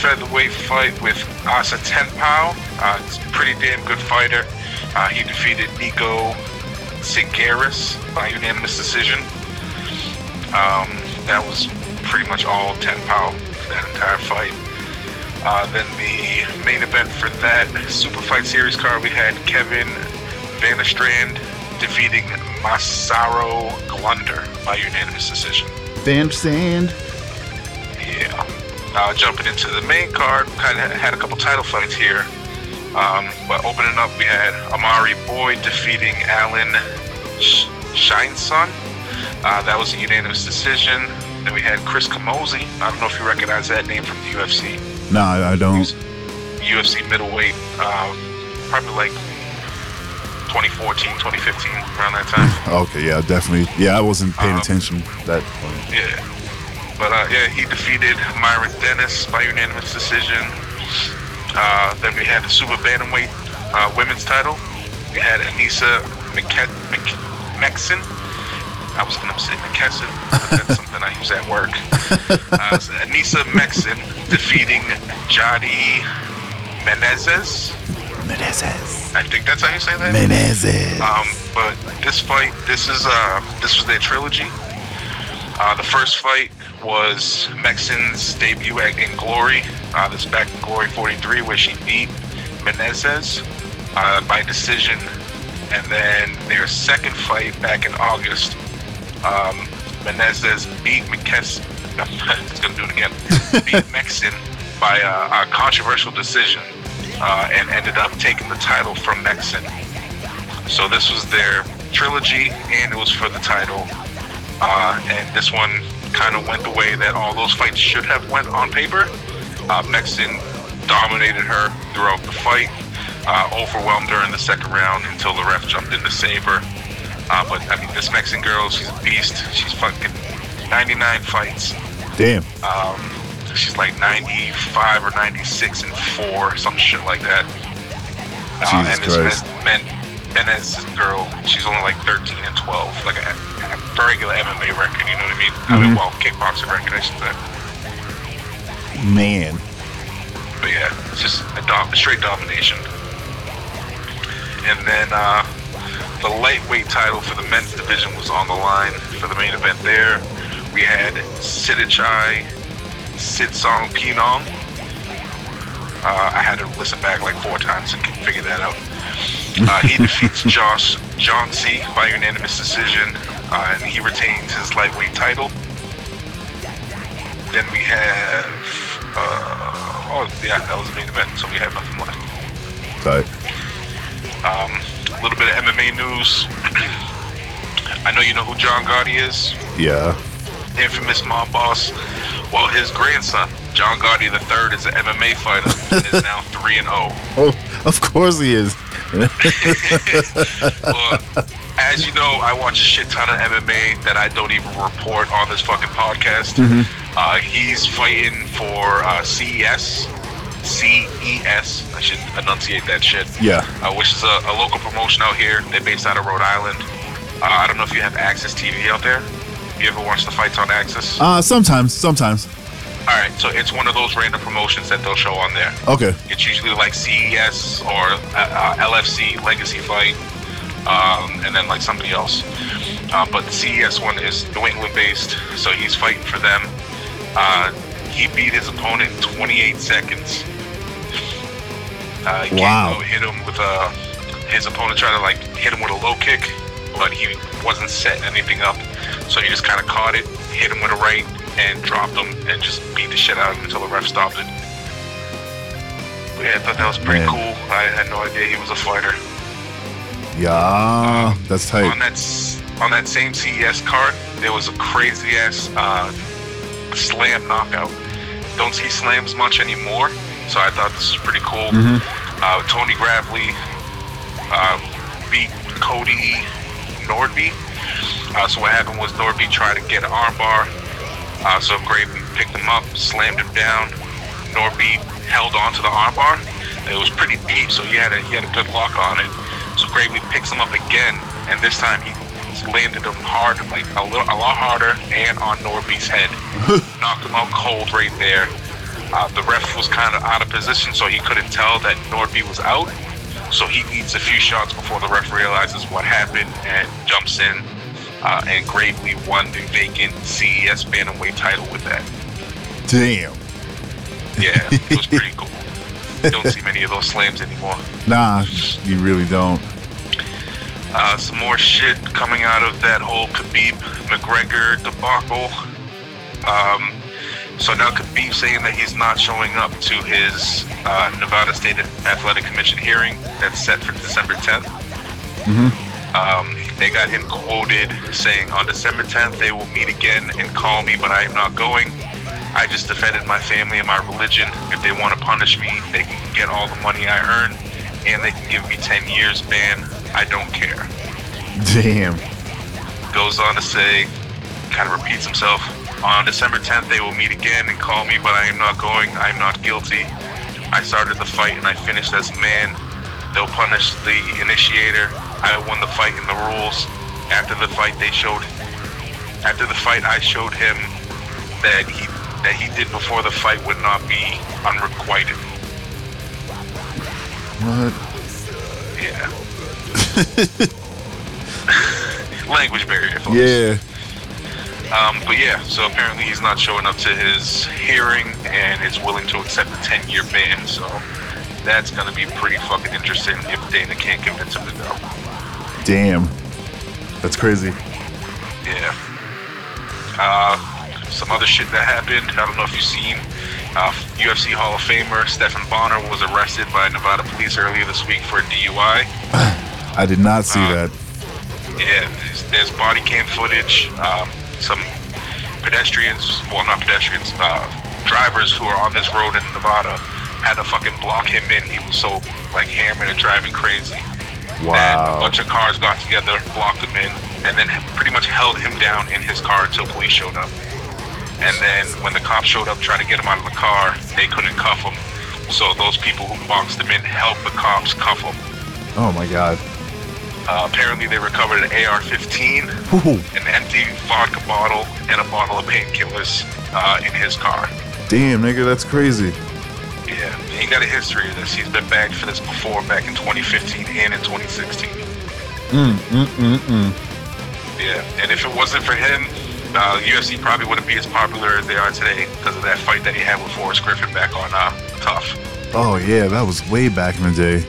featherweight fight with Asa Tenpao. Uh, he's a pretty damn good fighter. Uh, he defeated Nico Sigaris by unanimous decision. Um, that was pretty much all Ten Pao for that entire fight. Uh, then the main event for that Super Fight Series card, we had Kevin Van der Strand defeating Masaro Glunder by unanimous decision.
Van Sand.
Yeah. Uh, jumping into the main card, kind of had a couple title fights here. Um, but opening up, we had Amari Boyd defeating Alan Sh- Shineson. Uh, that was a unanimous decision. Then we had Chris Camozzi. I don't know if you recognize that name from the UFC.
Nah, I- I don't.
UFC middleweight, uh, probably like 2014, 2015, around that time.
Okay, yeah, definitely. Yeah, I wasn't paying attention Um, that.
Yeah. But uh, yeah, he defeated Myron Dennis by unanimous decision. Uh, then we had the super bantamweight uh, women's title. We had Anissa McKe- Mc- Mexon. I was going to say McKesson, but that's something I use at work. Uh, so Anissa Mexon defeating Jody Menezes.
Menezes.
I think that's how you say that.
Menezes.
Um, but this fight, this is uh, this was their trilogy. Uh, the first fight was Mexin's debut at, in Glory. Uh, this back in Glory 43, where she beat Menezes uh, by decision. And then their second fight back in August, um, Menezes beat [laughs] McKesson. it's gonna do it again. beat Mexin by uh, a controversial decision, uh, and ended up taking the title from Mexin. So this was their trilogy, and it was for the title. Uh, and this one kind of went the way that all those fights should have went on paper. Uh, Mexin dominated her throughout the fight, uh, overwhelmed her in the second round until the ref jumped in to save her. Uh, but I mean, this Mexican girl, she's a beast. She's fucking 99 fights.
Damn.
She's like 95 or 96 and four, some shit like that. Uh,
Jesus Christ.
Men, and this girl, she's only like 13 and 12, like a, a regular MMA record. You know what I mean? I
Mm-hmm.
mean, well, kickboxing record, I should say.
Man.
But yeah, it's just a dom- straight domination. And then uh, the lightweight title for the men's division was on the line for the main event there. We had Sidichai Sitsong Pinong. Uh, I had to listen back like four times to figure that out. Uh, he defeats Josh John C by unanimous decision, uh, and he retains his lightweight title. Then we have. Uh, oh, yeah, that was the main event, so we have nothing left.
Sorry.
Um, a little bit of MMA news. [clears throat] I know you know who John Gotti is,
Yeah.
infamous mob boss. Well, his grandson, John Gotti III, is an MMA fighter and is now [laughs] 3 and 0.
Oh, of course he is.
Well, as you know, I watch a shit ton of MMA that I don't even report on this fucking podcast.
Mm-hmm.
Uh, he's fighting for uh, CES. CES. E I should enunciate that shit.
Yeah.
Uh, which is a, a local promotion out here. They're based out of Rhode Island. Uh, I don't know if you have Access TV out there. You ever watch the fights on Access?
Uh, sometimes, sometimes.
All right, so it's one of those random promotions that they'll show on there.
Okay.
It's usually like CES or uh, uh, LFC Legacy Fight, um, and then like somebody else. Uh, but the CES one is New England based, so he's fighting for them. Uh, he beat his opponent in 28 seconds. Uh,
Wow.
Kango hit him with a His opponent tried to like hit him with a low kick, but he wasn't setting anything up. So he just kind of caught it, hit him with a right, and dropped him, and just beat the shit out of him until the ref stopped it. But yeah, I thought that was pretty
Man.
cool. I had no idea he was a fighter.
Yeah, that's
On
tight.
that s- on that same CES card, there was a crazy ass uh, slam knockout. Don't see slams much anymore, so I thought this was pretty cool. Uh, Tony Gravely uh, beat Cody Nordby. Uh, so what happened was Nordby tried to get an armbar, uh, so Gravely picked him up, slammed him down. Norby held on to the armbar. It was pretty deep, so he had a he had a good lock on it. So Gravely picks him up again, and this time he landed him hard, like a little a lot harder, and on Norby's head, knocked him out cold right there. Uh, the ref was kind of out of position, so he couldn't tell that Norby was out. So he needs a few shots before the ref realizes what happened and jumps in. Uh, and Gravely won the vacant CES Bantamweight title with that.
Damn.
Yeah, it was pretty cool. Don't see many of those slams anymore.
Nah, you really don't.
Uh, some more shit coming out of that whole Khabib McGregor debacle. Um, so now Khabib saying that he's not showing up to his uh, Nevada State Athletic Commission hearing that's set for December 10th. Um, they got him quoted saying, On December 10th, they will meet again and call me, but I am not going. I just defended my family and my religion. If they want to punish me, they can get all the money I earn and they can give me 10 years ban. I don't care.
Damn.
Goes on to say, kind of repeats himself. On December 10th, they will meet again and call me, but I am not going. I am not guilty. I started the fight and I finished as a man. They'll punish the initiator. I won the fight in the rules. After the fight, they showed. After the fight, I showed him that he that he did before the fight would not be unrequited.
What?
Yeah. [laughs] Language barrier. Folks.
Yeah.
Um, but yeah, so apparently he's not showing up to his hearing and is willing to accept a 10 year ban. So that's going to be pretty fucking interesting if Dana can't convince him to go.
Damn. That's crazy.
Yeah. Uh, some other shit that happened. I don't know if you've seen. Uh, UFC Hall of Famer Stephen Bonner was arrested by Nevada police earlier this week for a DUI.
I did not see
Uh,
that.
Yeah, there's, there's body cam footage. Um, some pedestrians, well, not pedestrians, uh, drivers who are on this road in Nevada had to fucking block him in. He was so like hammered and driving crazy. That
Wow.
a bunch of cars got together, blocked him in, and then pretty much held him down in his car until police showed up. And then when the cops showed up trying to get him out of the car, they couldn't cuff him. So those people who boxed him in helped the cops cuff him.
Oh my god.
Uh, apparently, they recovered an AR-15, an empty vodka bottle, and a bottle of painkillers uh, in his car.
Damn, nigga, that's crazy.
Yeah, he ain't got a history of this. He's been bagged for this before, back in 2015 and in 2016.
Mm, mm, mm, mm.
Yeah, and if it wasn't for him, uh, UFC probably wouldn't be as popular as they are today because of that fight that he had with Forrest Griffin back on uh, Tough.
Oh yeah, that was way back in the day.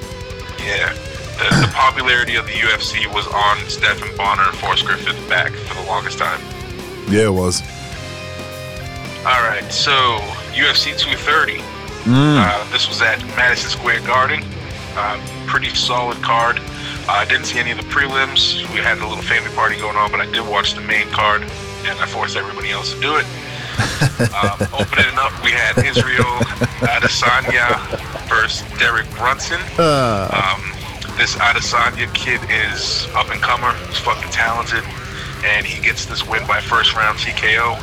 Yeah. The, the popularity of the UFC was on Stephen Bonner and Forrest Griffin back for the longest time.
Yeah, it was.
All right, so UFC 230. Uh, this was at Madison Square Garden. Uh, pretty solid card. Uh, I didn't see any of the prelims. We had a little family party going on, but I did watch the main card, and I forced everybody else to do it. Um, opening up, we had Israel Adesanya versus Derek Brunson. Um, this Adesanya kid is up and comer. He's fucking talented, and he gets this win by first round TKO.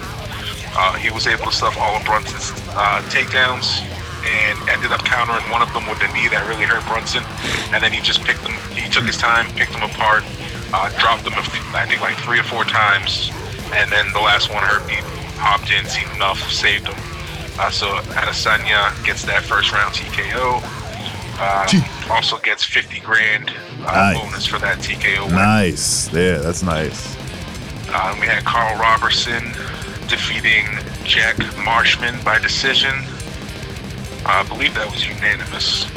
Uh, he was able to stuff all of Brunson's uh, takedowns and ended up countering one of them with a knee that really hurt Brunson. And then he just picked them. He took his time, picked them apart, uh, dropped them. a few- I think like three or four times, and then the last one hurt me. Hopped in, seen enough, saved him. Uh, so Adesanya gets that first round TKO. Uh, also gets 50 grand uh,
Nice.
bonus for that TKO win.
Nice. Yeah, that's nice.
Um, we had Carl Robertson defeating Jack Marshman by decision. I believe that was unanimous.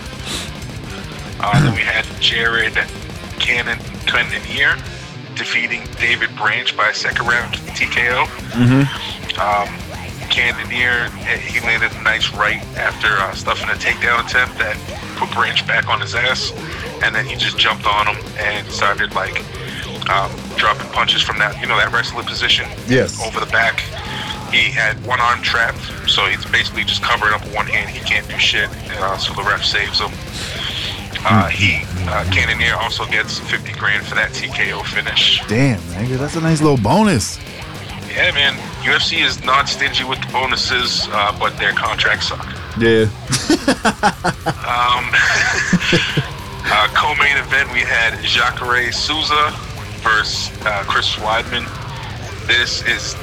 Uh, then we had Jared Cannon Cannonier defeating David Branch by a second round TKO. Um, Cannonier, eh, he landed a nice right after uh, stuffing a takedown attempt that put Branch back on his ass. And then he just jumped on him and started like um, dropping punches from that, you know, that wrestler position
Yes.
over the back. He had one arm trapped, so he's basically just covering up with one hand. He can't do shit, uh, so the ref saves him. Uh, he uh, Cannoneer also gets 50 grand for that TKO finish.
Damn, nigga, that's a nice little bonus.
Yeah, man. UFC is not stingy with the bonuses, uh, but their contracts suck.
Yeah.
Uh, co-main event, we had Jacare Souza versus uh, Chris Weidman. This is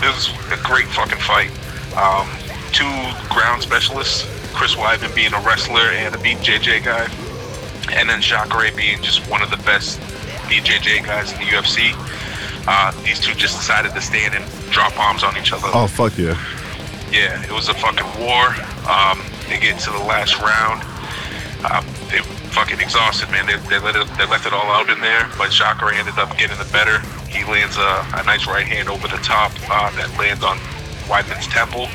this is a great fucking fight. Um, two ground specialists, Chris Weidman being a wrestler and a BJJ guy, and then Jacare being just one of the best BJJ guys in the UFC. Uh, these two just decided to stand and drop bombs on each other.
Oh fuck yeah.
Yeah, it was a fucking war. Um, they get to the last round. Uh, they fucking exhausted, man. They, they, let it, they left it all out in there, but Jacare ended up getting the better. He lands a, a nice right hand over the top uh, that lands on Weidman's temple.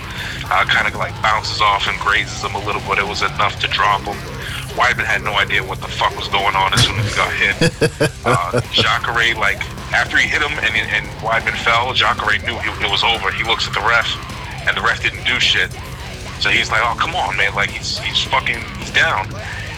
Uh, kind of like bounces off and grazes him a little, but it was enough to drop him. Weidman had no idea what the fuck was going on as soon as he got hit. uh, Jacare, like, after he hit him and, and Weidman fell, Jacare knew it, it was over. He looks at the ref, and the ref didn't do shit. So he's like, oh, come on, man. Like, he's, he's fucking, he's down.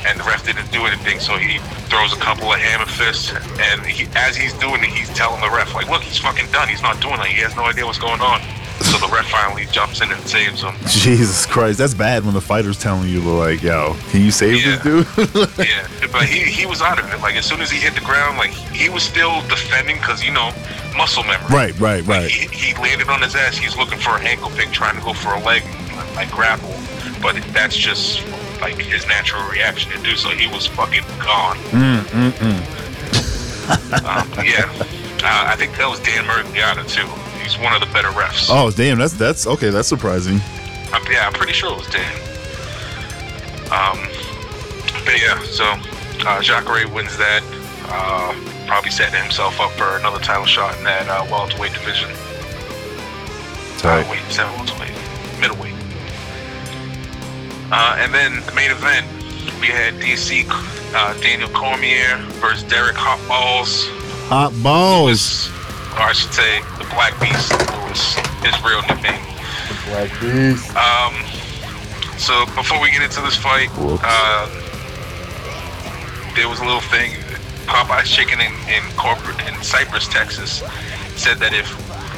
And the ref didn't do anything, so he throws a couple of hammer fists. And he, as he's doing it, he's telling the ref, like, look, he's fucking done. He's not doing it. He has no idea what's going on. So the ref finally jumps in and saves him.
Jesus Christ, that's bad when the fighter's telling you like, "Yo, can you save
Yeah.
this dude?" [laughs]
yeah, but he, he was out of it. Like, as soon as he hit the ground, like, he was still defending because, you know, muscle memory.
right, right, right.
He, he landed on his ass. He's looking for an ankle pick, trying to go for a leg, like grapple. But that's just like his natural reaction to do so. He was fucking gone. [laughs] um, yeah, uh, I think that was Dan Mergliata too. He's one of the better refs.
Oh damn, that's that's okay. That's surprising.
I'm, yeah, I'm pretty sure it was Dan. Um, but yeah, so uh, Jacare wins that. Uh, probably setting himself up for another title shot in that uh, welterweight division. Uh,
Tight.
wait, is that welterweight? Middleweight. Uh, and then the main event, we had DC uh, Daniel Cormier versus Derek Hotballs.
Hot balls. [laughs]
Lewis, or I should say, the Black Beast Lewis, his real nickname.
Black Beast.
Um, so before we get into this fight,
Whoops.
uh, there was a little thing. Popeye's Chicken in, in corporate in Cypress, Texas, said that if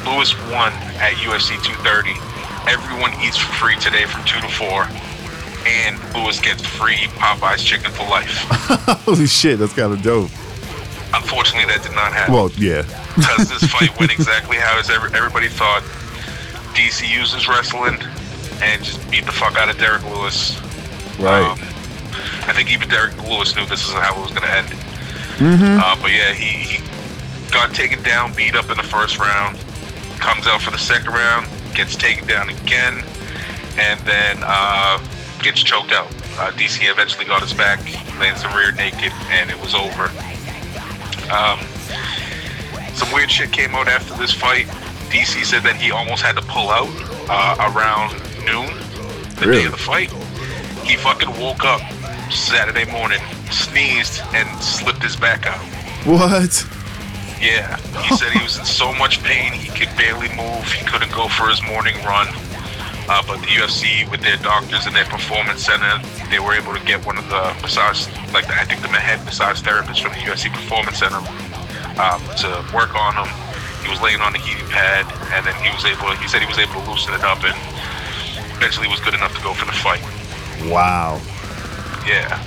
Lewis won at UFC 230, everyone eats for free today from two to four, and Lewis gets free Popeye's Chicken for
[laughs]
life.
Holy shit, that's kind of dope.
Unfortunately, that did not happen
Well, yeah.
because this fight went exactly how as every, everybody thought. DC uses wrestling and just beat the fuck out of Derek Lewis.
Right.
Um, I think even Derek Lewis knew this is how it was going to end. Uh, but yeah, he, he got taken down, beat up in the first round, comes out for the second round, gets taken down again, and then uh, gets choked out. Uh, DC eventually got his back, lands the rear naked, and it was over. Um, some weird shit came out after this fight. DC said that he almost had to pull out uh, around noon, the day of the fight. He fucking woke up Saturday morning, sneezed, and slipped his back out.
What?
Yeah, he said he was in so much pain he could barely move. He couldn't go for his morning run. Uh, but the UFC, with their doctors and their performance center, they were able to get one of the massage, like I think the head massage therapist from the UFC Performance Center, um, to work on him. He was laying on the heating pad, and then he was able. He said he was able to loosen it up, and eventually was good enough to go for the fight.
Wow.
Yeah.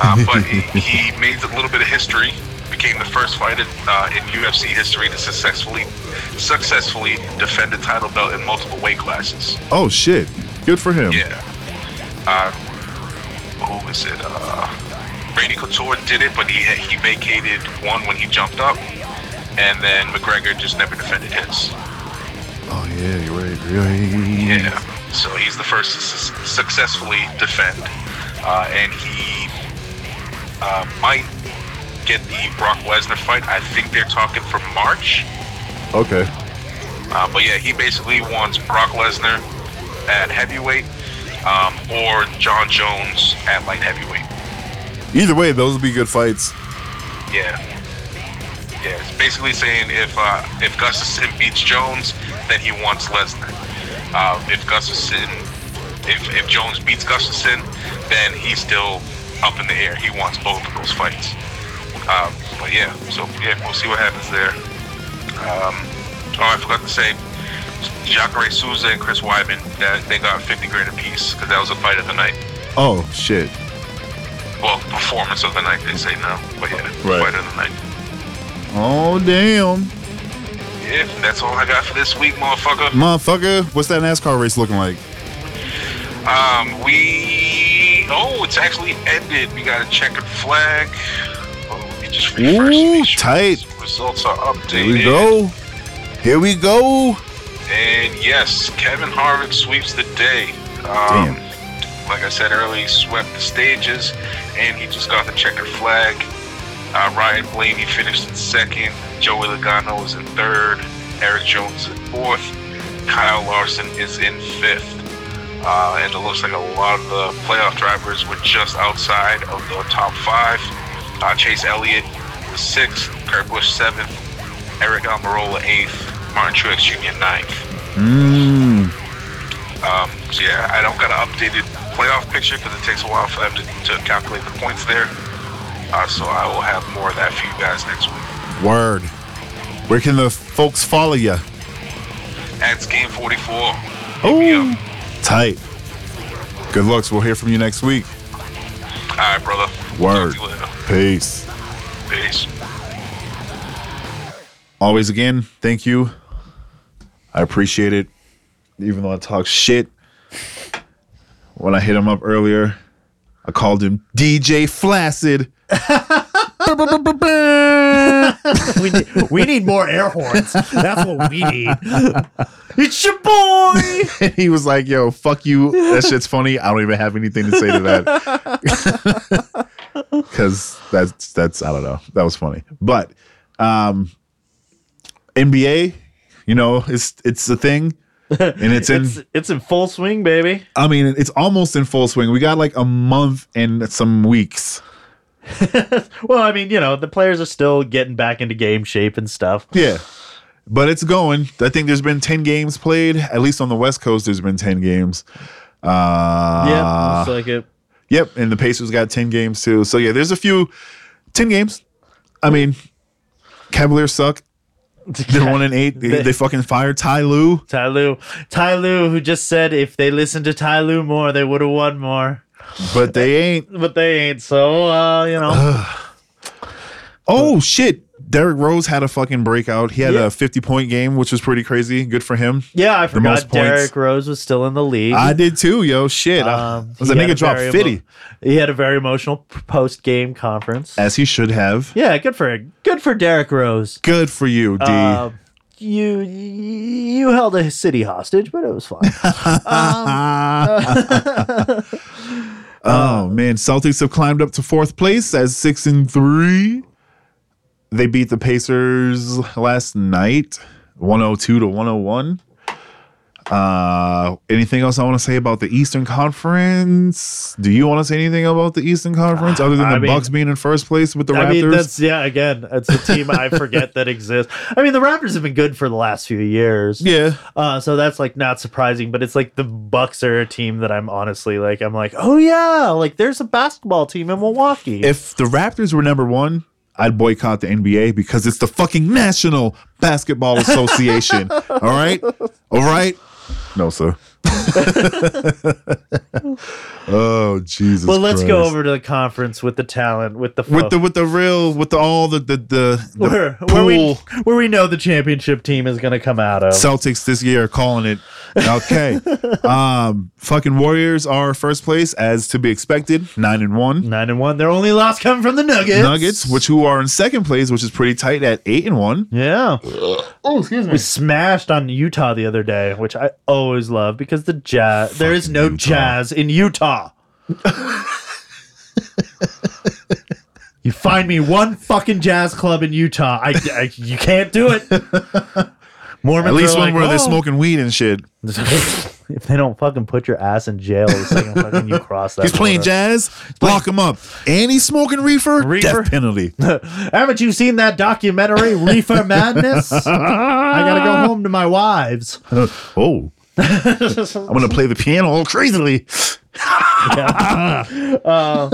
Uh, but he, he made a little bit of history. Became the first fighter uh, in UFC history to successfully successfully defend the title belt in multiple weight classes.
Oh shit. Good for him.
Yeah. Uh, who is it? Uh, Brady Couture did it, but he he vacated one when he jumped up, and then McGregor just never defended his.
Oh yeah, you're right. You're right.
Yeah. So he's the first to su- successfully defend, uh, and he uh, might get the Brock Lesnar fight. I think they're talking for March.
Okay.
Uh, but yeah, he basically wants Brock Lesnar at heavyweight um, or John Jones at light heavyweight.
Either way, those would be good fights.
Yeah. Yeah, it's basically saying if uh, if Gustafson beats Jones, then he wants Lesnar. Uh, if Gustafson, if, if Jones beats Gustafson, then he's still up in the air. He wants both of those fights. Um, but yeah, so yeah, we'll see what happens there. Um, oh, I forgot to say, Jacare Souza and Chris Wyman, that they got 50 grand apiece because that was a fight of the night.
Oh shit.
Well, performance of the night, they say now. But yeah,
Right.
fight of the night.
Oh damn,
Yeah, that's all I got for this week, motherfucker.
Motherfucker, what's that NASCAR race looking like?
Um, we oh, it's actually ended. We got a checkered flag. Oh, let me just refresh.
Ooh,
make sure
tight.
these Results are updated.
Here we go. Here we go.
And yes, Kevin Harvick sweeps the day. Um, Like I said earlier, he swept the stages, and he just got the checkered flag. Uh, Ryan Blaney finished in second. Joey Logano is in third. Eric Jones is in fourth. Kyle Larson is in fifth. Uh, and it looks like a lot of the playoff drivers were just outside of the top five. Uh, Chase Elliott was sixth. Kurt Busch seventh. Eric Almirola eighth. Martin Truex Jr. ninth.
Mm,
Um, so yeah, I don't got an updated playoff picture because it takes a while for them to, to calculate the points there. Uh, so I will have more of that for you guys next week.
Word. Where can the folks follow you?
That's game 44.
Ooh.
Oh.
Tight. Good looks. We'll hear from you next week.
All right, brother.
Word.
Talk to you later.
Peace.
Peace.
always again, thank you. I appreciate it. Even though I talk shit. When I hit him up earlier, I called him DJ Flaccid. [laughs]
we, need, we need more air horns. That's what we need. It's your boy.
he was like, yo, fuck you. That shit's funny. I don't even have anything to say to that. [laughs] Cause that's that's I don't know. That was funny. But um NBA, you know, it's it's a thing. And it's in
It's it's in full swing, baby.
I mean, it's almost in full swing. We got like a month and some weeks.
Well, I mean, you know, the players are still getting back into game shape and stuff.
Yeah. But it's going. I think there's been 10 games played. At least on the West Coast, there's been 10 games.
yeah,
Uh,
looks like it.
Yep. And the Pacers got 10 games too. So, yeah, there's a few 10 games. I mean, Cavaliers suck. They're one and eight. They, they fucking fired Ty Lue.
[laughs] Ty Lue, Ty Lue, who just said if they listened to Ty Lue more, they would have won more,
but they ain't.
but they ain't. So, uh,
[sighs]
you know,
Oh, shit. Derrick Rose had a fucking breakout. He had
Yeah.
a 50 point game, which was pretty crazy. Good for him.
yeah, I
most
forgot
points.
Derrick Rose was still in the league.
I did too, yo. Shit. I
Um,
was a
he had
nigga dropped
very
50.
emo- he had a very emotional post game conference.
as he should have.
Yeah, good for good for Derrick Rose.
Good for you, D.
Uh, you you held a city hostage, but it was fine.
oh man, Celtics have climbed up to fourth place as six and three. They beat the Pacers last night, one hundred two to one hundred one. Uh, anything else I want to say about the Eastern Conference? Do you want to say anything about the Eastern Conference other than
I
the
mean-
Bucks being in first place with the
[laughs] I
Raptors?
mean, that's yeah. Again, it's a team I forget that exists. I mean, the Raptors have been good for the last few years.
yeah,
Uh, so that's like not surprising, but it's like the Bucks are a team that I'm honestly like I'm like, oh yeah, like there's a basketball team in Milwaukee.
if the Raptors were number one, I'd boycott the NBA because it's the fucking National Basketball Association. all right, all right. No, sir. [laughs] oh Jesus!
but let's
Christ.
go over to the conference with the talent, with the
with the with the real with the, all the the the, the
where, where we
pool
where we know the championship team is going to come out of.
Celtics this year calling it
[laughs]
okay. um, fucking Warriors are first place as to be expected, nine and one.
Nine and one. Their only loss coming from the Nuggets.
Nuggets, which who are in second place, which is pretty tight at eight and one.
Yeah. Oh, excuse me. We smashed on Utah the other day, which I always love because the jazz. There is no
Utah.
jazz in Utah. You find me one fucking jazz club in Utah. I, I- you can't
[laughs]
do it. [laughs] Mormons
At least
are
one
like,
where they're
"Oh."
smoking weed and shit.
if they don't fucking put your ass in jail the second fucking you cross that.
He's playing
border.
jazz. Lock him up. And he's smoking reefer.
Reefer?
Death penalty.
Haven't you seen that
[laughs]
documentary, Reefer Madness? I gotta go home to my wives.
oh, I'm gonna play the piano all crazily.
[laughs] Uh,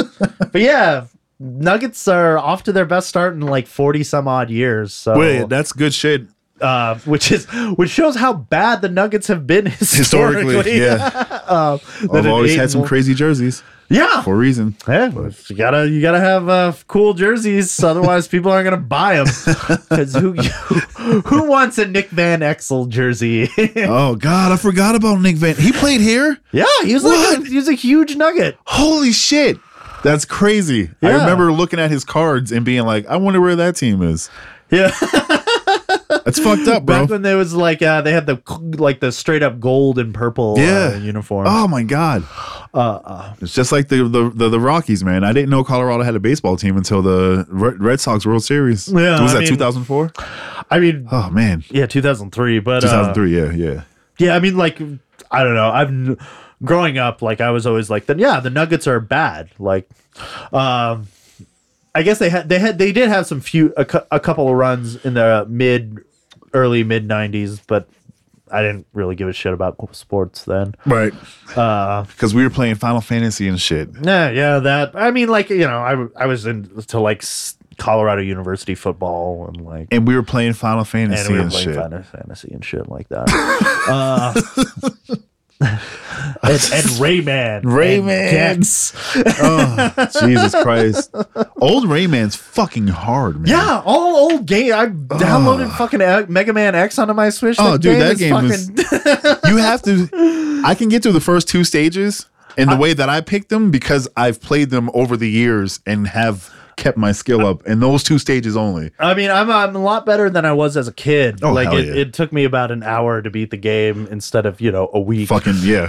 But yeah, Nuggets are off to their best start in like forty some odd years. So
Wait, that's good shit.
uh, which is which shows how bad the Nuggets have been [laughs] historically.
Historically,
[laughs]
yeah. I've always had some
crazy.
crazy jerseys
yeah.
for a reason.
Yeah, you gotta you gotta have uh, cool jerseys, otherwise people aren't gonna
[laughs]
buy them. Because who [laughs] who wants a Nick Van Exel jersey? [laughs]
Oh God, I forgot about Nick Van. He played here.
yeah, he was like a,
What?
he was a huge nugget.
Holy shit. That's crazy. I
Yeah.
remember looking at his cards and being like, I wonder where that team is.
[laughs] Yeah,
That's fucked up, bro.
back when there was like uh, they had the like the straight up gold and purple
Yeah.
uh, uniform.
Oh my god.
Uh,
it's just like the, the the the Rockies, man. I didn't know Colorado had a baseball team until the Red Red Sox World Series.
Yeah,
was
I
that
mean-
2004?
I mean,
Oh man,
yeah, two thousand three, but uh,
2003. yeah, yeah.
Yeah, I mean, like, I don't know. I've n- growing up, like, I was always like, then yeah, the Nuggets are bad. Like, um, I guess they had they had they did have some few a, cou- a couple of runs in the mid early mid '90s, but I didn't really give a shit about sports then.
Right. Uh, Because we were playing Final Fantasy and shit.
Yeah, yeah, that. I mean, like, you know, I w- I was into like s- Colorado University football and like
And we were playing Final
and
Fantasy
we
and,
were playing
shit.
Final Fantasy and shit
[laughs]
like that. uh, and, and
[laughs]
Rayman,
Rayman.
and Gex.
Oh, Jesus Christ. Old Rayman's fucking hard, man.
yeah, all old game. I downloaded fucking A- Mega Man X onto my Switch.
Oh, dude, that
is
game is- you have to i can get through the first two stages in the way that i picked them because i've played them over the years and have kept my skill up in those two stages only
[laughs] I mean, I'm I'm a lot better than I was as a kid.
Oh,
like
hell
it,
yeah.
it took me about an hour to beat the game instead of you know a week.
fucking
[laughs]
yeah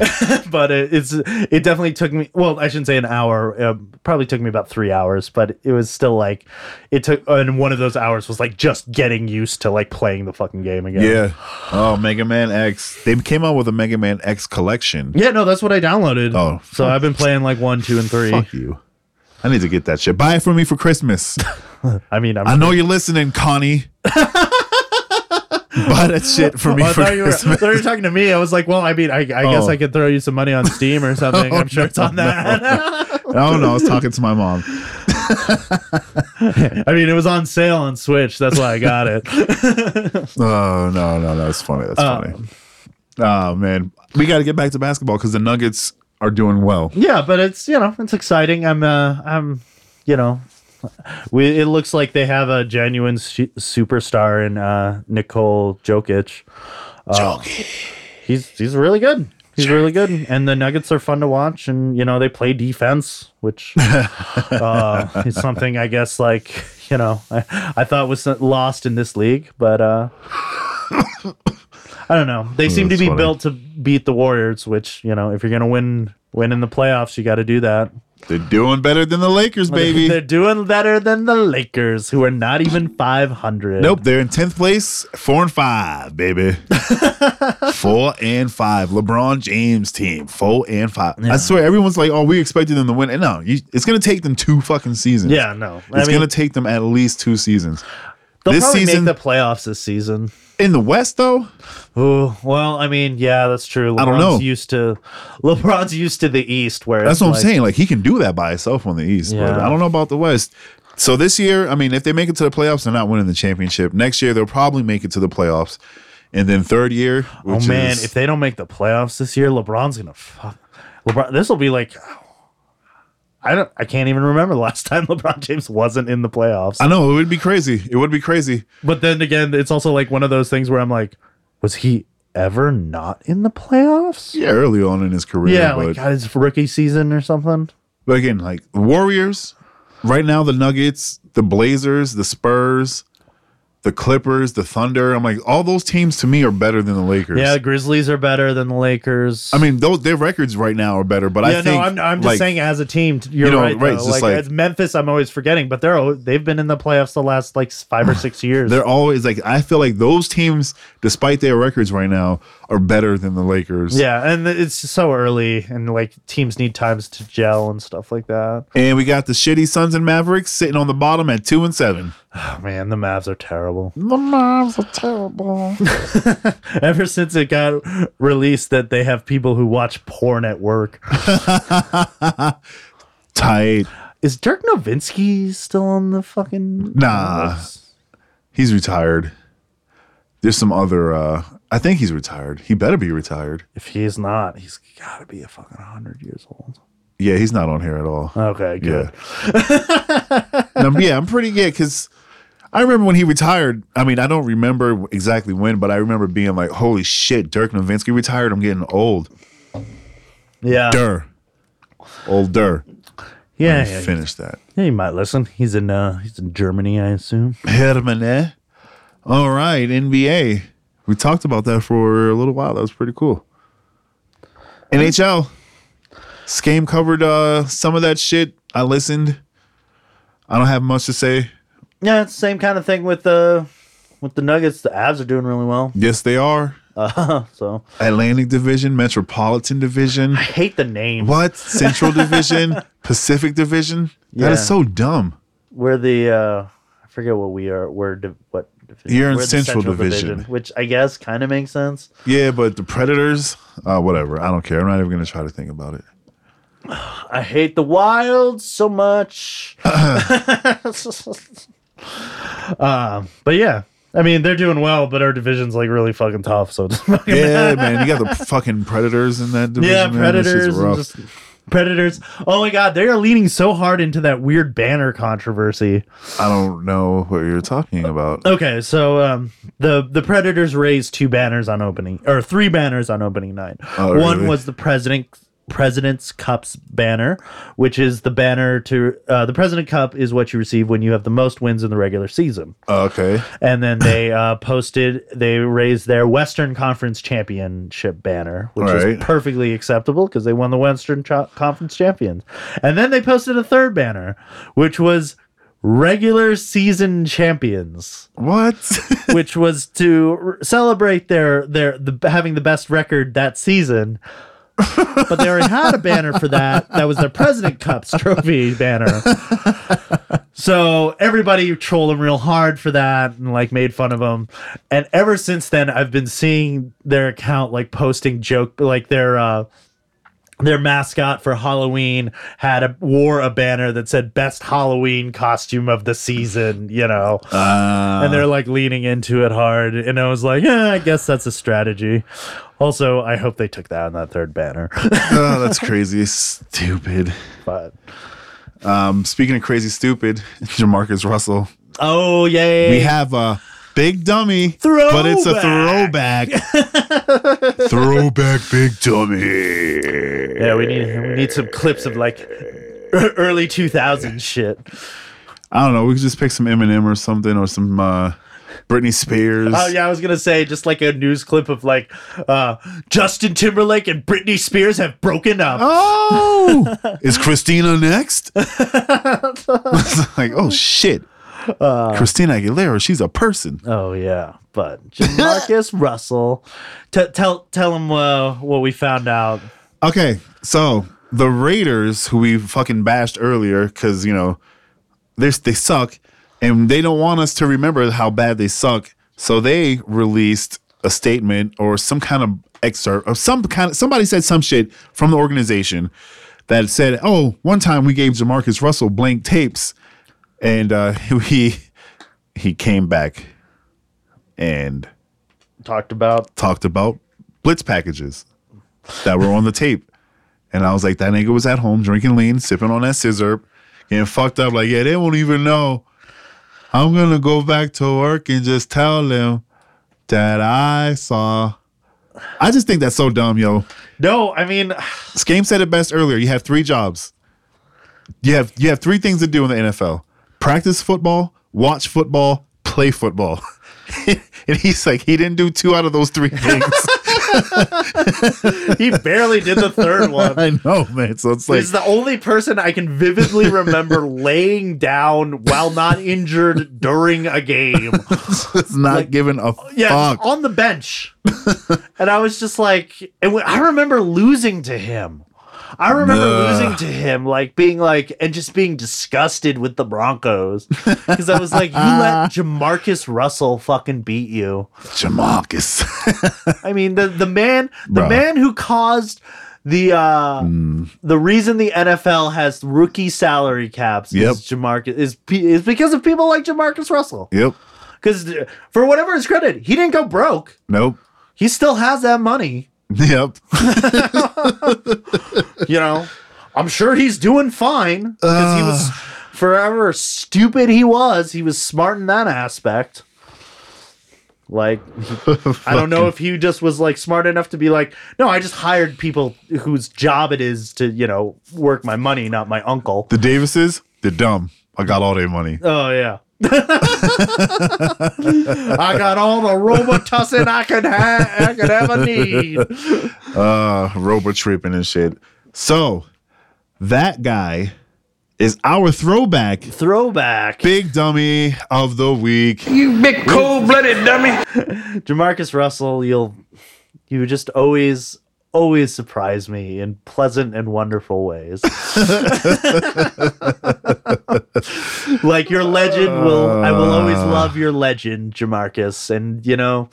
but it, it's it definitely took me well i shouldn't say an hour uh, probably took me about three hours but it was still like it took and one of those hours was like just getting used to like playing the fucking game again
yeah oh mega man x they came out with a mega man x collection
yeah no that's what i downloaded
Oh.
so i've been playing like one two and three
fuck you i need to get that shit buy it for me for christmas
i mean i'm
i know you're listening
[laughs]
connie buy that shit for me
Well, I
for
thought you, were, I
christmas
thought you were talking to me. I was like, "Well, I mean, I, I guess
Oh.
I could throw you some money on Steam
[laughs]
or something. I'm sure it's on that. [laughs]
oh no i was talking to my mom
I mean, it was on sale on Switch. That's why I got
[laughs]
it.
Oh no, no, that's funny. That's
Uh,
funny. Oh man, we got to get back to basketball because the Nuggets are doing well.
Yeah, but it's you know it's exciting. I'm uh I'm you know we it looks like they have a genuine su- superstar in uh Nicole Jokic. Uh, He's he's really good. He's really good, and the Nuggets are fun to watch. And you know they play defense,
[laughs]
which uh, is something I guess like you know I, I thought was lost in this league, but uh, I don't know. They seem to
Hmm, that's
be
funny.
built to beat the Warriors, which you know if you're gonna win win in the playoffs, you got to do that.
They're doing better than the Lakers,
[laughs] They're
baby.
doing better than the Lakers, who are not even 500.
Nope, they're in tenth place, four and five,
[laughs]
baby. four and five. LeBron James team, four and five. I swear, everyone's like, "Oh, we expected them to win," and no, you, it's gonna take them two fucking seasons.
Yeah, no. I
it's
mean,
gonna take them at least two seasons.
they'll
this
probably
season-
make the playoffs this season.
In the West, though,
Ooh, well, I mean, yeah, that's true. LeBron's
I don't know.
Used to LeBron's used to the East, where
That's
it's
what
like-
I'm saying. Like he can do that by himself on the East, but
Yeah.
I don't know about the West. So this year, I mean, if they make it to the playoffs, they're not winning the championship. Next year, they'll probably make it to the playoffs, and then third year,
Oh
which
man,
is-
if they don't make the playoffs this year, LeBron's gonna fuck. LeBron, this will be like. I don't. I can't even remember the last [laughs] time LeBron James wasn't in the playoffs.
I know it would be crazy. It would be crazy.
But then again, it's also like one of those things where I'm like, was he ever not in the playoffs?
Yeah, early on in his career,
Yeah,
but,
like got his rookie season or something.
but again, like Warriors, right now, the Nuggets, the Blazers, the Spurs, the Clippers, the Thunder. I'm like, all those teams to me are better than the Lakers.
Yeah, Grizzlies are better than the Lakers.
I mean, those their records right now are better, but
yeah,
I think
no, I'm, I'm just
like,
saying as a team, t- you're
know,
right.
right,
though.
it's just
like,
like-
as Memphis, I'm always forgetting, but they're al- they've been in the playoffs the last like s- five
[sighs]
or six years.
they're always like I feel like those teams, despite their records right now, are better than the Lakers.
yeah, and th- it's so early, and like teams need times to gel and stuff like that.
And we got the shitty Suns and Mavericks sitting on the bottom at two and seven.
Oh, man, the Mavs are terrible.
The Mavs are terrible.
[laughs] Ever since it got released that they have people who watch porn at work.
Tight.
Is Dirk Nowitzki still on the fucking?
Nah. He's retired. There's some other. uh I think he's retired. He better be retired.
If he's not, he's got to be a fucking hundred years old.
Yeah, he's not on here at all.
Okay, good.
Yeah. No, yeah, I'm pretty yeah, because I remember when he retired. I mean, I don't remember exactly when, but I remember being like, "Holy shit, Dirk Nowitzki retired. I'm getting old."
Yeah,
Dur, old Dur.
yeah, yeah,
Finish that.
Yeah, you might listen. He's in uh he's in Germany, I assume.
Hermane. All right, NBA. We talked about that for a little while. That was pretty cool. NHL. Skame covered uh, some of that shit. I listened. I don't have much to say.
Yeah, it's the same kind of thing with the with the Nuggets. The Avs are doing really well.
Yes, they are.
Uh, so
Atlantic Division, Metropolitan Division.
I hate the name
What?
[laughs]
Central Division, Pacific Division? That
Yeah.
is so dumb.
We're the uh I forget what we are. We're div- what division?
You're in
We're the
Central Division.
which I guess kind of makes sense.
Yeah, but the Predators, uh, whatever. I don't care. I'm not even going to try to think about
[laughs]
it.
I hate the Wild so much. [laughs] um, but yeah, I mean they're doing well, but our division's like really fucking tough. So it's [laughs] fucking
Yeah, man. You got the fucking Predators in that division.
Yeah,
man. That's just
predators. and
rough.
just- predators. Oh my god, they are leaning so hard into that weird banner controversy.
I don't know what you're talking about.
Okay, so um, the the predators raised two banners on opening or three banners on opening night.
Oh,
One
really?
was the president president's cups banner which is the banner to uh, the president cup is what you receive when you have the most wins in the regular season
Okay.
and then
[laughs]
they uh, posted they raised their Western Conference championship banner, which
Alright.
is perfectly acceptable because they won the Western Cho- Conference champions. And then they posted a third banner, which was regular season champions,
[laughs] What?
[laughs] which was to r celebrate their their the, having the best record that season. but they already had a banner for that. That was their President Cups trophy banner. So everybody trolled him real hard for that and like made fun of him. And ever since then, I've been seeing their account like posting joke, like their uh, their mascot for Halloween had a wore a banner that said "Best Halloween Costume of the Season," you know, and they're like leaning into it hard. And I was like, yeah, I guess that's a strategy. Also, I hope they took that on that third banner, [laughs]
oh, that's crazy. Stupid.
but.
Um, speaking of crazy stupid, Jamarcus Russell.
Oh yay!
We have a big dummy, but it's a throwback. throwback big dummy.
Yeah, we need we need some clips of like e-, early 2000 shit.
I don't know. We could just pick some Eminem or something or some uh, Britney Spears.
Oh yeah, I was gonna say just like a news clip of like uh, Justin Timberlake and Britney Spears have broken up.
Oh, is Christina next? [laughs] It's like, oh shit. Christina Aguilera, she's a person.
Oh yeah, but Marcus [laughs] Russell, t- tell tell him uh, what we found out.
Okay, so the Raiders, who we fucking bashed earlier, because you know they they suck, and they don't want us to remember how bad they suck. So they released a statement or some kind of excerpt or some kind of somebody said some shit from the organization that said, "Oh, one time we gave Jamarcus Russell blank tapes, and uh, [laughs] he he came back and
Talked about
talked about blitz packages that were on the tape. And I was like, that nigga was at home drinking lean, sipping on that scissor, getting fucked up. Like, yeah, they won't even know. I'm going to go back to work and just tell them that I saw. I just think that's so dumb, yo.
no. I mean,
Skame said it best earlier. You have three jobs. You have you have three things to do in the NFL: practice football, [laughs] watch football, play football. and he's like, he didn't do two out of those [laughs] three things.
he barely did the [laughs] third one.
I know, man. So it's like,
He's the only person I can
[laughs]
vividly remember laying down while not injured during
[laughs]
a game.
it's not giving a
Yeah, just
fuck.
on the bench. and I was just like, and when, I remember losing to him. I remember
Nah.
losing to him, like being like, and just being disgusted with the Broncos. Because I was like,
[laughs]
you let Jamarcus Russell fucking beat you.
Jamarcus. [laughs]
I mean, the the man, the
Bruh. Mm.
man who caused the uh the reason the NFL has rookie salary caps
Yep.
is Jamarcus is pe- is because of people like Jamarcus Russell.
yep.
Because for whatever his credit, he didn't go broke.
Nope. [laughs]
He still has that money.
Yep. [laughs]
You know, I'm sure he's doing fine because he was forever stupid. He was. He was smart in that aspect. Like, I don't know if he just was like smart enough to be like, no, I just hired people whose job it is to, you know, work my money, not my uncle.
The Davises, they're dumb. I got all their money.
Oh yeah. [laughs] I got all the robotussin I could have. I could ever need.
Uh, [laughs] robot tripping and shit. So that guy is our throwback
Throwback.
big dummy of the week.
Jamarcus Russell, you'll you just always always surprise me in pleasant and wonderful ways. [laughs] like your legend will I will always love your legend, Jamarcus. And you know,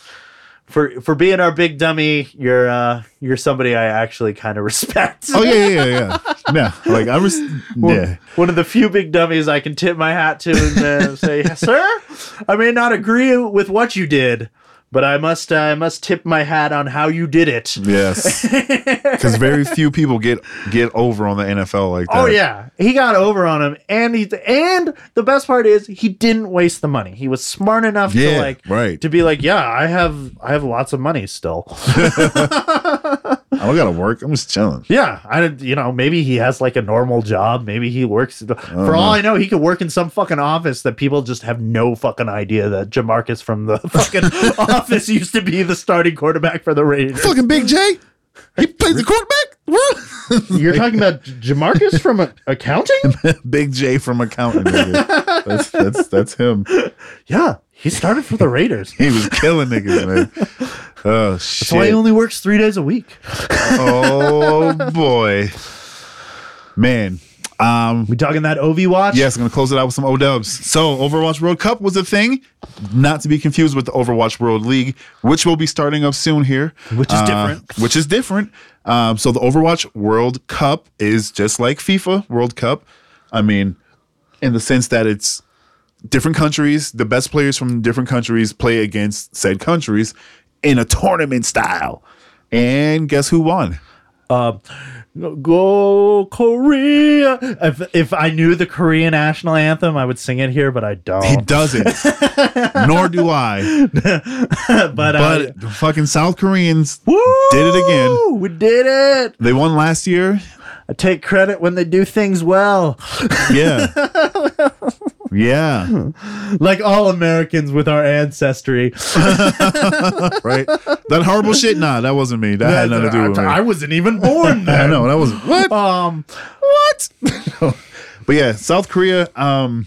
for for being our big dummy, you're uh you're somebody I actually kind of [laughs] respect.
Oh
[laughs]
yeah, yeah, yeah, yeah. yeah. Like I was. Yeah.
One of the few big dummies I can tip my hat to and
[laughs]
uh, say, "Sir, I may not agree with what you did, but I must, I must tip my hat on how you did it." [laughs]
Yes. Because very few people get get over on the NFL like that.
Oh yeah, he got over on him, and he and the best part is he didn't waste the money. He was smart enough to
Yeah,
like
right.
to be like, "Yeah, I have, I have lots of money still."
I don't gotta work. I'm just chilling.
Yeah, I don't- you know maybe he has like a normal job. Maybe he works. For all I know, he could work in some fucking office that people just have no fucking idea that Jamarcus from the [laughs] fucking office used to be the starting quarterback for the Raiders.
Fucking Big J. He plays the quarterback.
You're talking [laughs] about J- Jamarcus from a- accounting?
Big J from accounting. nigga. That's, that's that's him.
[laughs] Yeah, he started for the [laughs] Raiders.
He was killing niggas, man. Oh shit.
So he only works three days a week.
oh boy, man. Um,
We talking that OV watch?
yes, I'm gonna close it out with some O Dubs. So, Overwatch World Cup was a thing, not to be confused with the Overwatch World League, which will be starting up soon here,
Which is
Uh,
different.
Which is different. Um, so the Overwatch World Cup is just like FIFA World Cup. I mean, in the sense that it's different countries, the best players from different countries play against said countries in a tournament style. And guess who won?
Uh, Go Korea! If if I knew the Korean national anthem, I would sing it here, but I don't.
He doesn't.
[laughs]
Nor do I.
but uh,
But the fucking South Koreans,
Woo!
Did it again.
We did it.
they won last year.
I take credit when they do things well. [laughs]
Yeah. Yeah.
[gasps] Like all Americans with our ancestry.
Right. That horrible shit. Nah, that wasn't me. That had nothing to do with me.
I, I wasn't even [laughs] born
[laughs] I
then.
know that was what.
Um
[laughs] What? but yeah, South Korea. Um,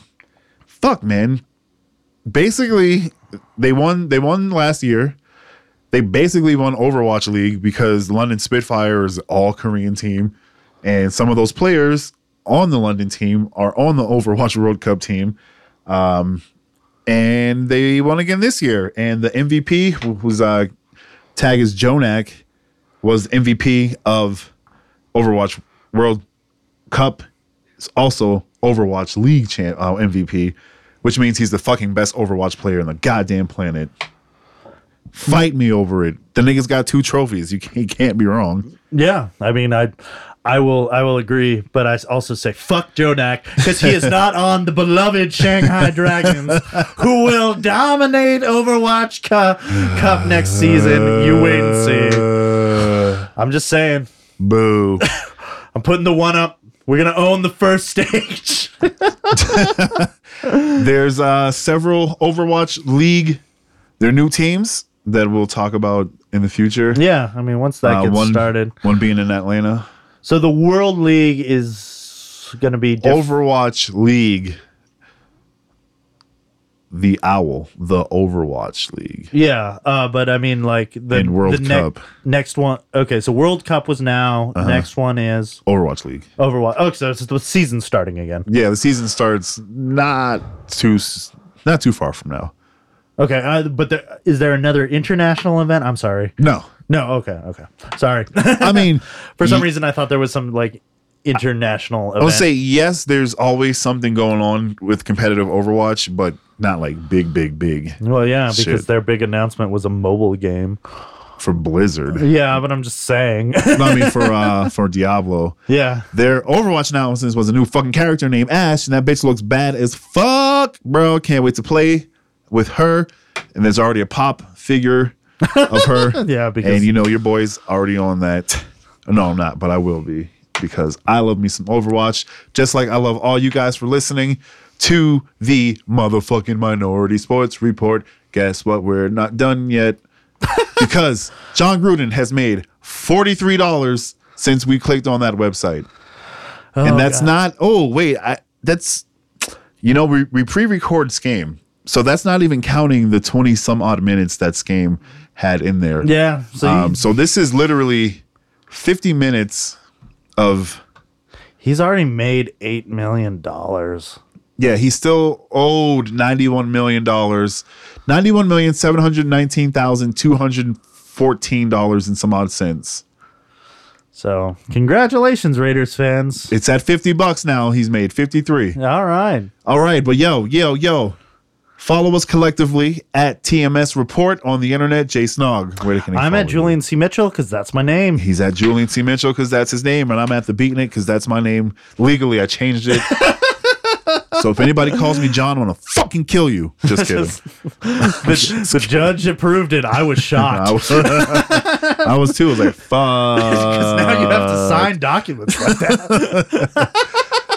fuck, man. Basically, they won. They won last year. They basically won Overwatch League because London Spitfire is an all Korean team, and some of those players on the London team are on the Overwatch World Cup team. Um, and they won again this year. And the MVP, wh- whose uh, tag is Jonak, was MVP of Overwatch World Cup is also Overwatch League champ, uh, MVP, which means he's the fucking best Overwatch player on the goddamn planet. Fight me over it. The nigga's got two trophies. You can't, [laughs] you can't be wrong.
yeah, I mean I I will I will agree, but I also say fuck Jonak because he is not on the beloved Shanghai [laughs] Dragons who will dominate Overwatch Cu- Cup next season. You wait and see.
Uh,
I'm just saying.
boo. [laughs]
I'm putting the one up. We're gonna own the first stage.
There's uh, several Overwatch League. They're new teams that we'll talk about in the future.
[laughs] Yeah, I mean, once that
Uh,
gets
one,
started.
One being in Atlanta.
So the World League is going to be diff-
Overwatch League. The Owl, the Overwatch League.
Yeah, uh, but I mean, like the
And World
the nec-
Cup. Uh-huh.
next one. Okay, so World Cup was now. Next one is
Overwatch League.
Overwatch. Oh, so it's the season starting again.
Yeah, the season starts not too s- not too far from now.
Okay, uh, but there, is there another international event? I'm sorry.
No.
No. Okay. Okay. Sorry. [laughs]
I mean,
For some
ye-
reason, I thought there was some like
I
international. event.
would say yes, there's always something going on with competitive Overwatch, but not like big, big, big
Well, yeah, because
Shit.
their big announcement was a mobile game.
for
[laughs]
Blizzard.
Yeah, but I'm just saying. [laughs]
No, I mean for uh for Diablo.
yeah.
[laughs] Their Overwatch announcements was a new fucking character named Ash, and that bitch looks bad as fuck, bro. Can't wait to play with her. And there's already a pop figure of her.
[laughs] Yeah, because-
and you know your boy's already on that. No, I'm not, but I will be because I love me some Overwatch, just like I love all you guys for listening to the motherfucking Minority Sports Report. Guess what? We're not done yet [laughs] because John Gruden has made forty-three dollars since we clicked on that website, and that's not. Oh wait, I, that's you know we we pre-record Scam, so that's not even counting the twenty some odd minutes that Scam had in there.
Yeah. So you-
Um, so this is literally fifty minutes of
he's already made eight million dollars.
Yeah, he still owed ninety-one million dollars, ninety-one million seven hundred nineteen thousand two hundred fourteen dollars and some odd cents.
So congratulations, Raiders fans.
It's at fifty bucks now. He's made fifty-three.
All right.
All right, but yo, yo, yo, follow us collectively at TMS Report on the internet. Jay Snog, where can they
I'm
follow
at
you?
Julian C. Mitchell because that's
[laughs]
my name.
He's at Julian C. Mitchell because that's his name, and I'm at the Beatnik because that's my name. Legally, I changed
[laughs]
it. so if anybody calls me John, I'm gonna fucking kill you. Just kidding.
The, the judge approved it.
[laughs]
I was shocked.
I was, I was too. I was like, fuck.
[laughs] now you have
uh,
to sign documents like that.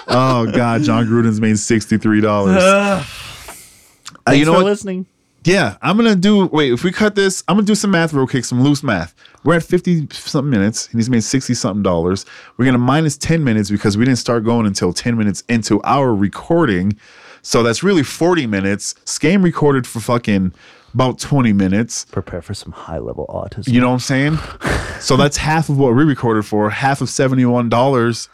Oh god, John Gruden's made sixty three dollars. Uh, [laughs]
Thanks
you know
for
what?
listening.
Yeah, I'm gonna do. Wait, if we cut this, I'm gonna do some math real quick, some loose math. We're at fifty something minutes, and he's made sixty something dollars. We're gonna minus ten minutes because we didn't start going until ten minutes into our recording, so that's really forty minutes. Scam recorded for fucking about twenty minutes.
Prepare for some high level autism.
You know what I'm saying?
[laughs]
so that's half of what we recorded for. Half of seventy-one dollars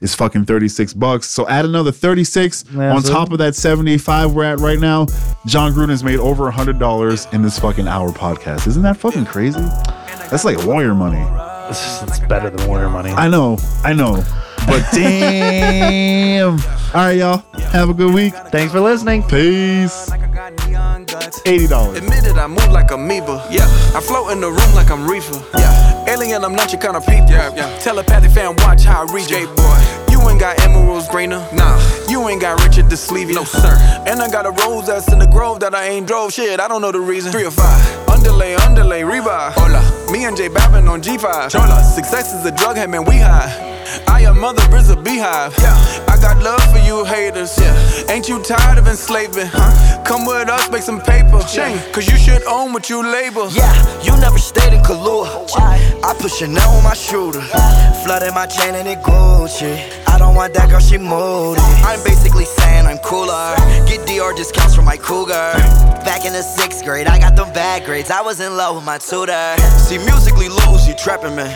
is fucking thirty-six bucks. So add another thirty-six
Yeah,
on
so-
top of that seventy-five we're at right now. John Gruden's made over hundred dollars in this fucking hour podcast. Isn't that fucking crazy? That's like lawyer money.
it's better than Warrior Money.
I know, I know,
[laughs]
but damn. All right, y'all. Have a good week.
Thanks for listening.
Peace.
like I got neon guts.
Eighty dollars.
Admit it, I move like amoeba. Yeah, I float in the room like I'm reefer. Yeah, alien, I'm not your kind of people. Yeah, yeah. Telepathic fan, watch how I read you. boy. You ain't got emeralds greener. Nah, you ain't got Richard the Sleevey. No sir. And I got a rose that's in the grove that I ain't drove. Shit, I don't know the reason. Three or five. Underlay, underlay, revive. Hola. Me and Jay Babin on G5. Chola. Success is a drug, hey man, we high. I your mother is a beehive. Yeah. I got love for you haters. Yeah. Ain't you tired of enslaving? Huh? Come with us, make some paper. Ching. Cause you should own what you label.
Yeah, you never stayed in Kahlua. I put Chanel on my shooter. Flooded my chain and it Gucci. I don't want that girl, she moody. I'm basically saying I'm cooler. Get DR discounts from my cougar. Back in the sixth grade, I got them bad grades. I was in love with my tutor.
See, musically lose, you trapping man.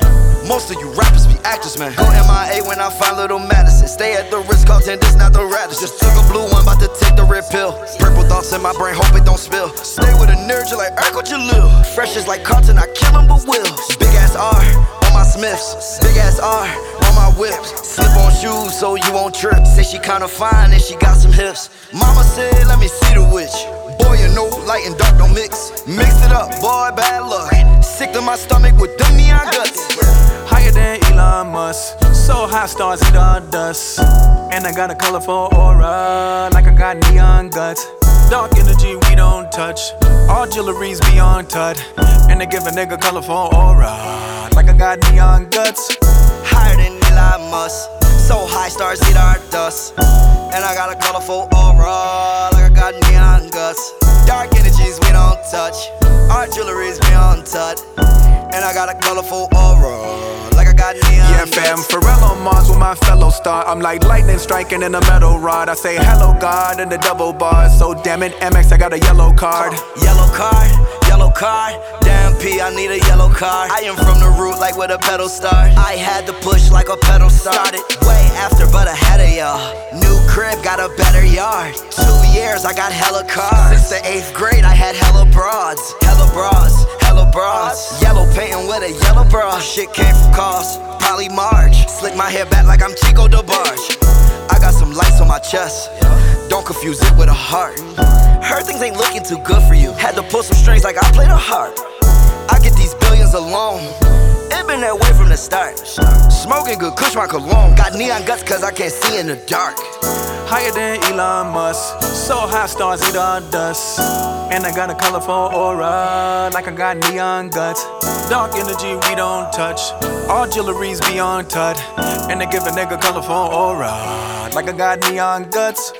Most of you rappers be actors, man.
Go MIA when I find little Madison. Stay at the Ritz Carlton, this not the Radisson. Just took a blue one, about to take the red pill. Purple thoughts in my brain, hope it don't spill. Stay with a nerd, you like Urkel Jalil. Fresh is like Carlton, I kill him but will. Big ass R on my Smiths, big ass R on my whips. Slip on shoes so you won't trip. Say she kinda fine and she got some hips. Mama said, let me see the witch. Boy, you know, light and dark don't mix. Mix it up, boy, bad luck. Sick to my stomach with them neon guts.
Higher than Elon Musk. So high stars eat our dust. And I got a colorful aura, like I got neon guts. Dark energy we don't touch. All jewelry's beyond touch. And they give a nigga colorful aura, like I got neon guts.
higher than Elon Musk. So high stars eat our dust. And I got a colorful aura, like I got neon guts. Dark energies is we don't touch. Our jewelry is beyond touch. And I got a colorful aura, like I got neon.
Yeah, fam, Pharrell on Mars with my fellow star. I'm like lightning striking in a metal rod. I say hello, God, in the double bars. So damn it, MX, I got a yellow card.
Yellow card, yellow card. Damn P, I need a yellow card. I am from the root like where the pedal start. I had to push like a pedal started. Way after, but ahead of y'all. New crib, got a better yard. Two years, I got hella cars. Since the eighth grade, I had hella broads. Hella bras, hella bras. Yellow painting with a yellow bra. Shit came from cost, probably March. Slick my hair back like I'm Chico DeBarge. I got some lights on my chest. Don't confuse it with a heart. Heard things ain't looking too good for you. Had to pull some strings like I played a harp. I get these billions alone. It been that way from the start. Smoking good, kush my cologne. Got neon guts cause I can't see in the dark.
Higher than Elon Musk. So high stars eat our dust. And I got a colorful aura, like I got neon guts. Dark energy we don't touch. All jewelry's beyond touch. And they give a nigga colorful aura, like I got neon guts.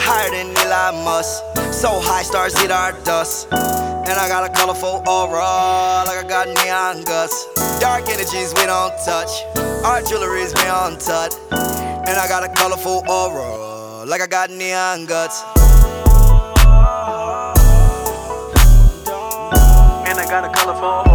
Higher than Elon Musk. So high stars eat our dust. And I got a colorful aura, like I got neon guts. Dark energies we don't touch. Our jewelry's beyond touch. And I got a colorful aura, like I got neon guts.
And I got a colorful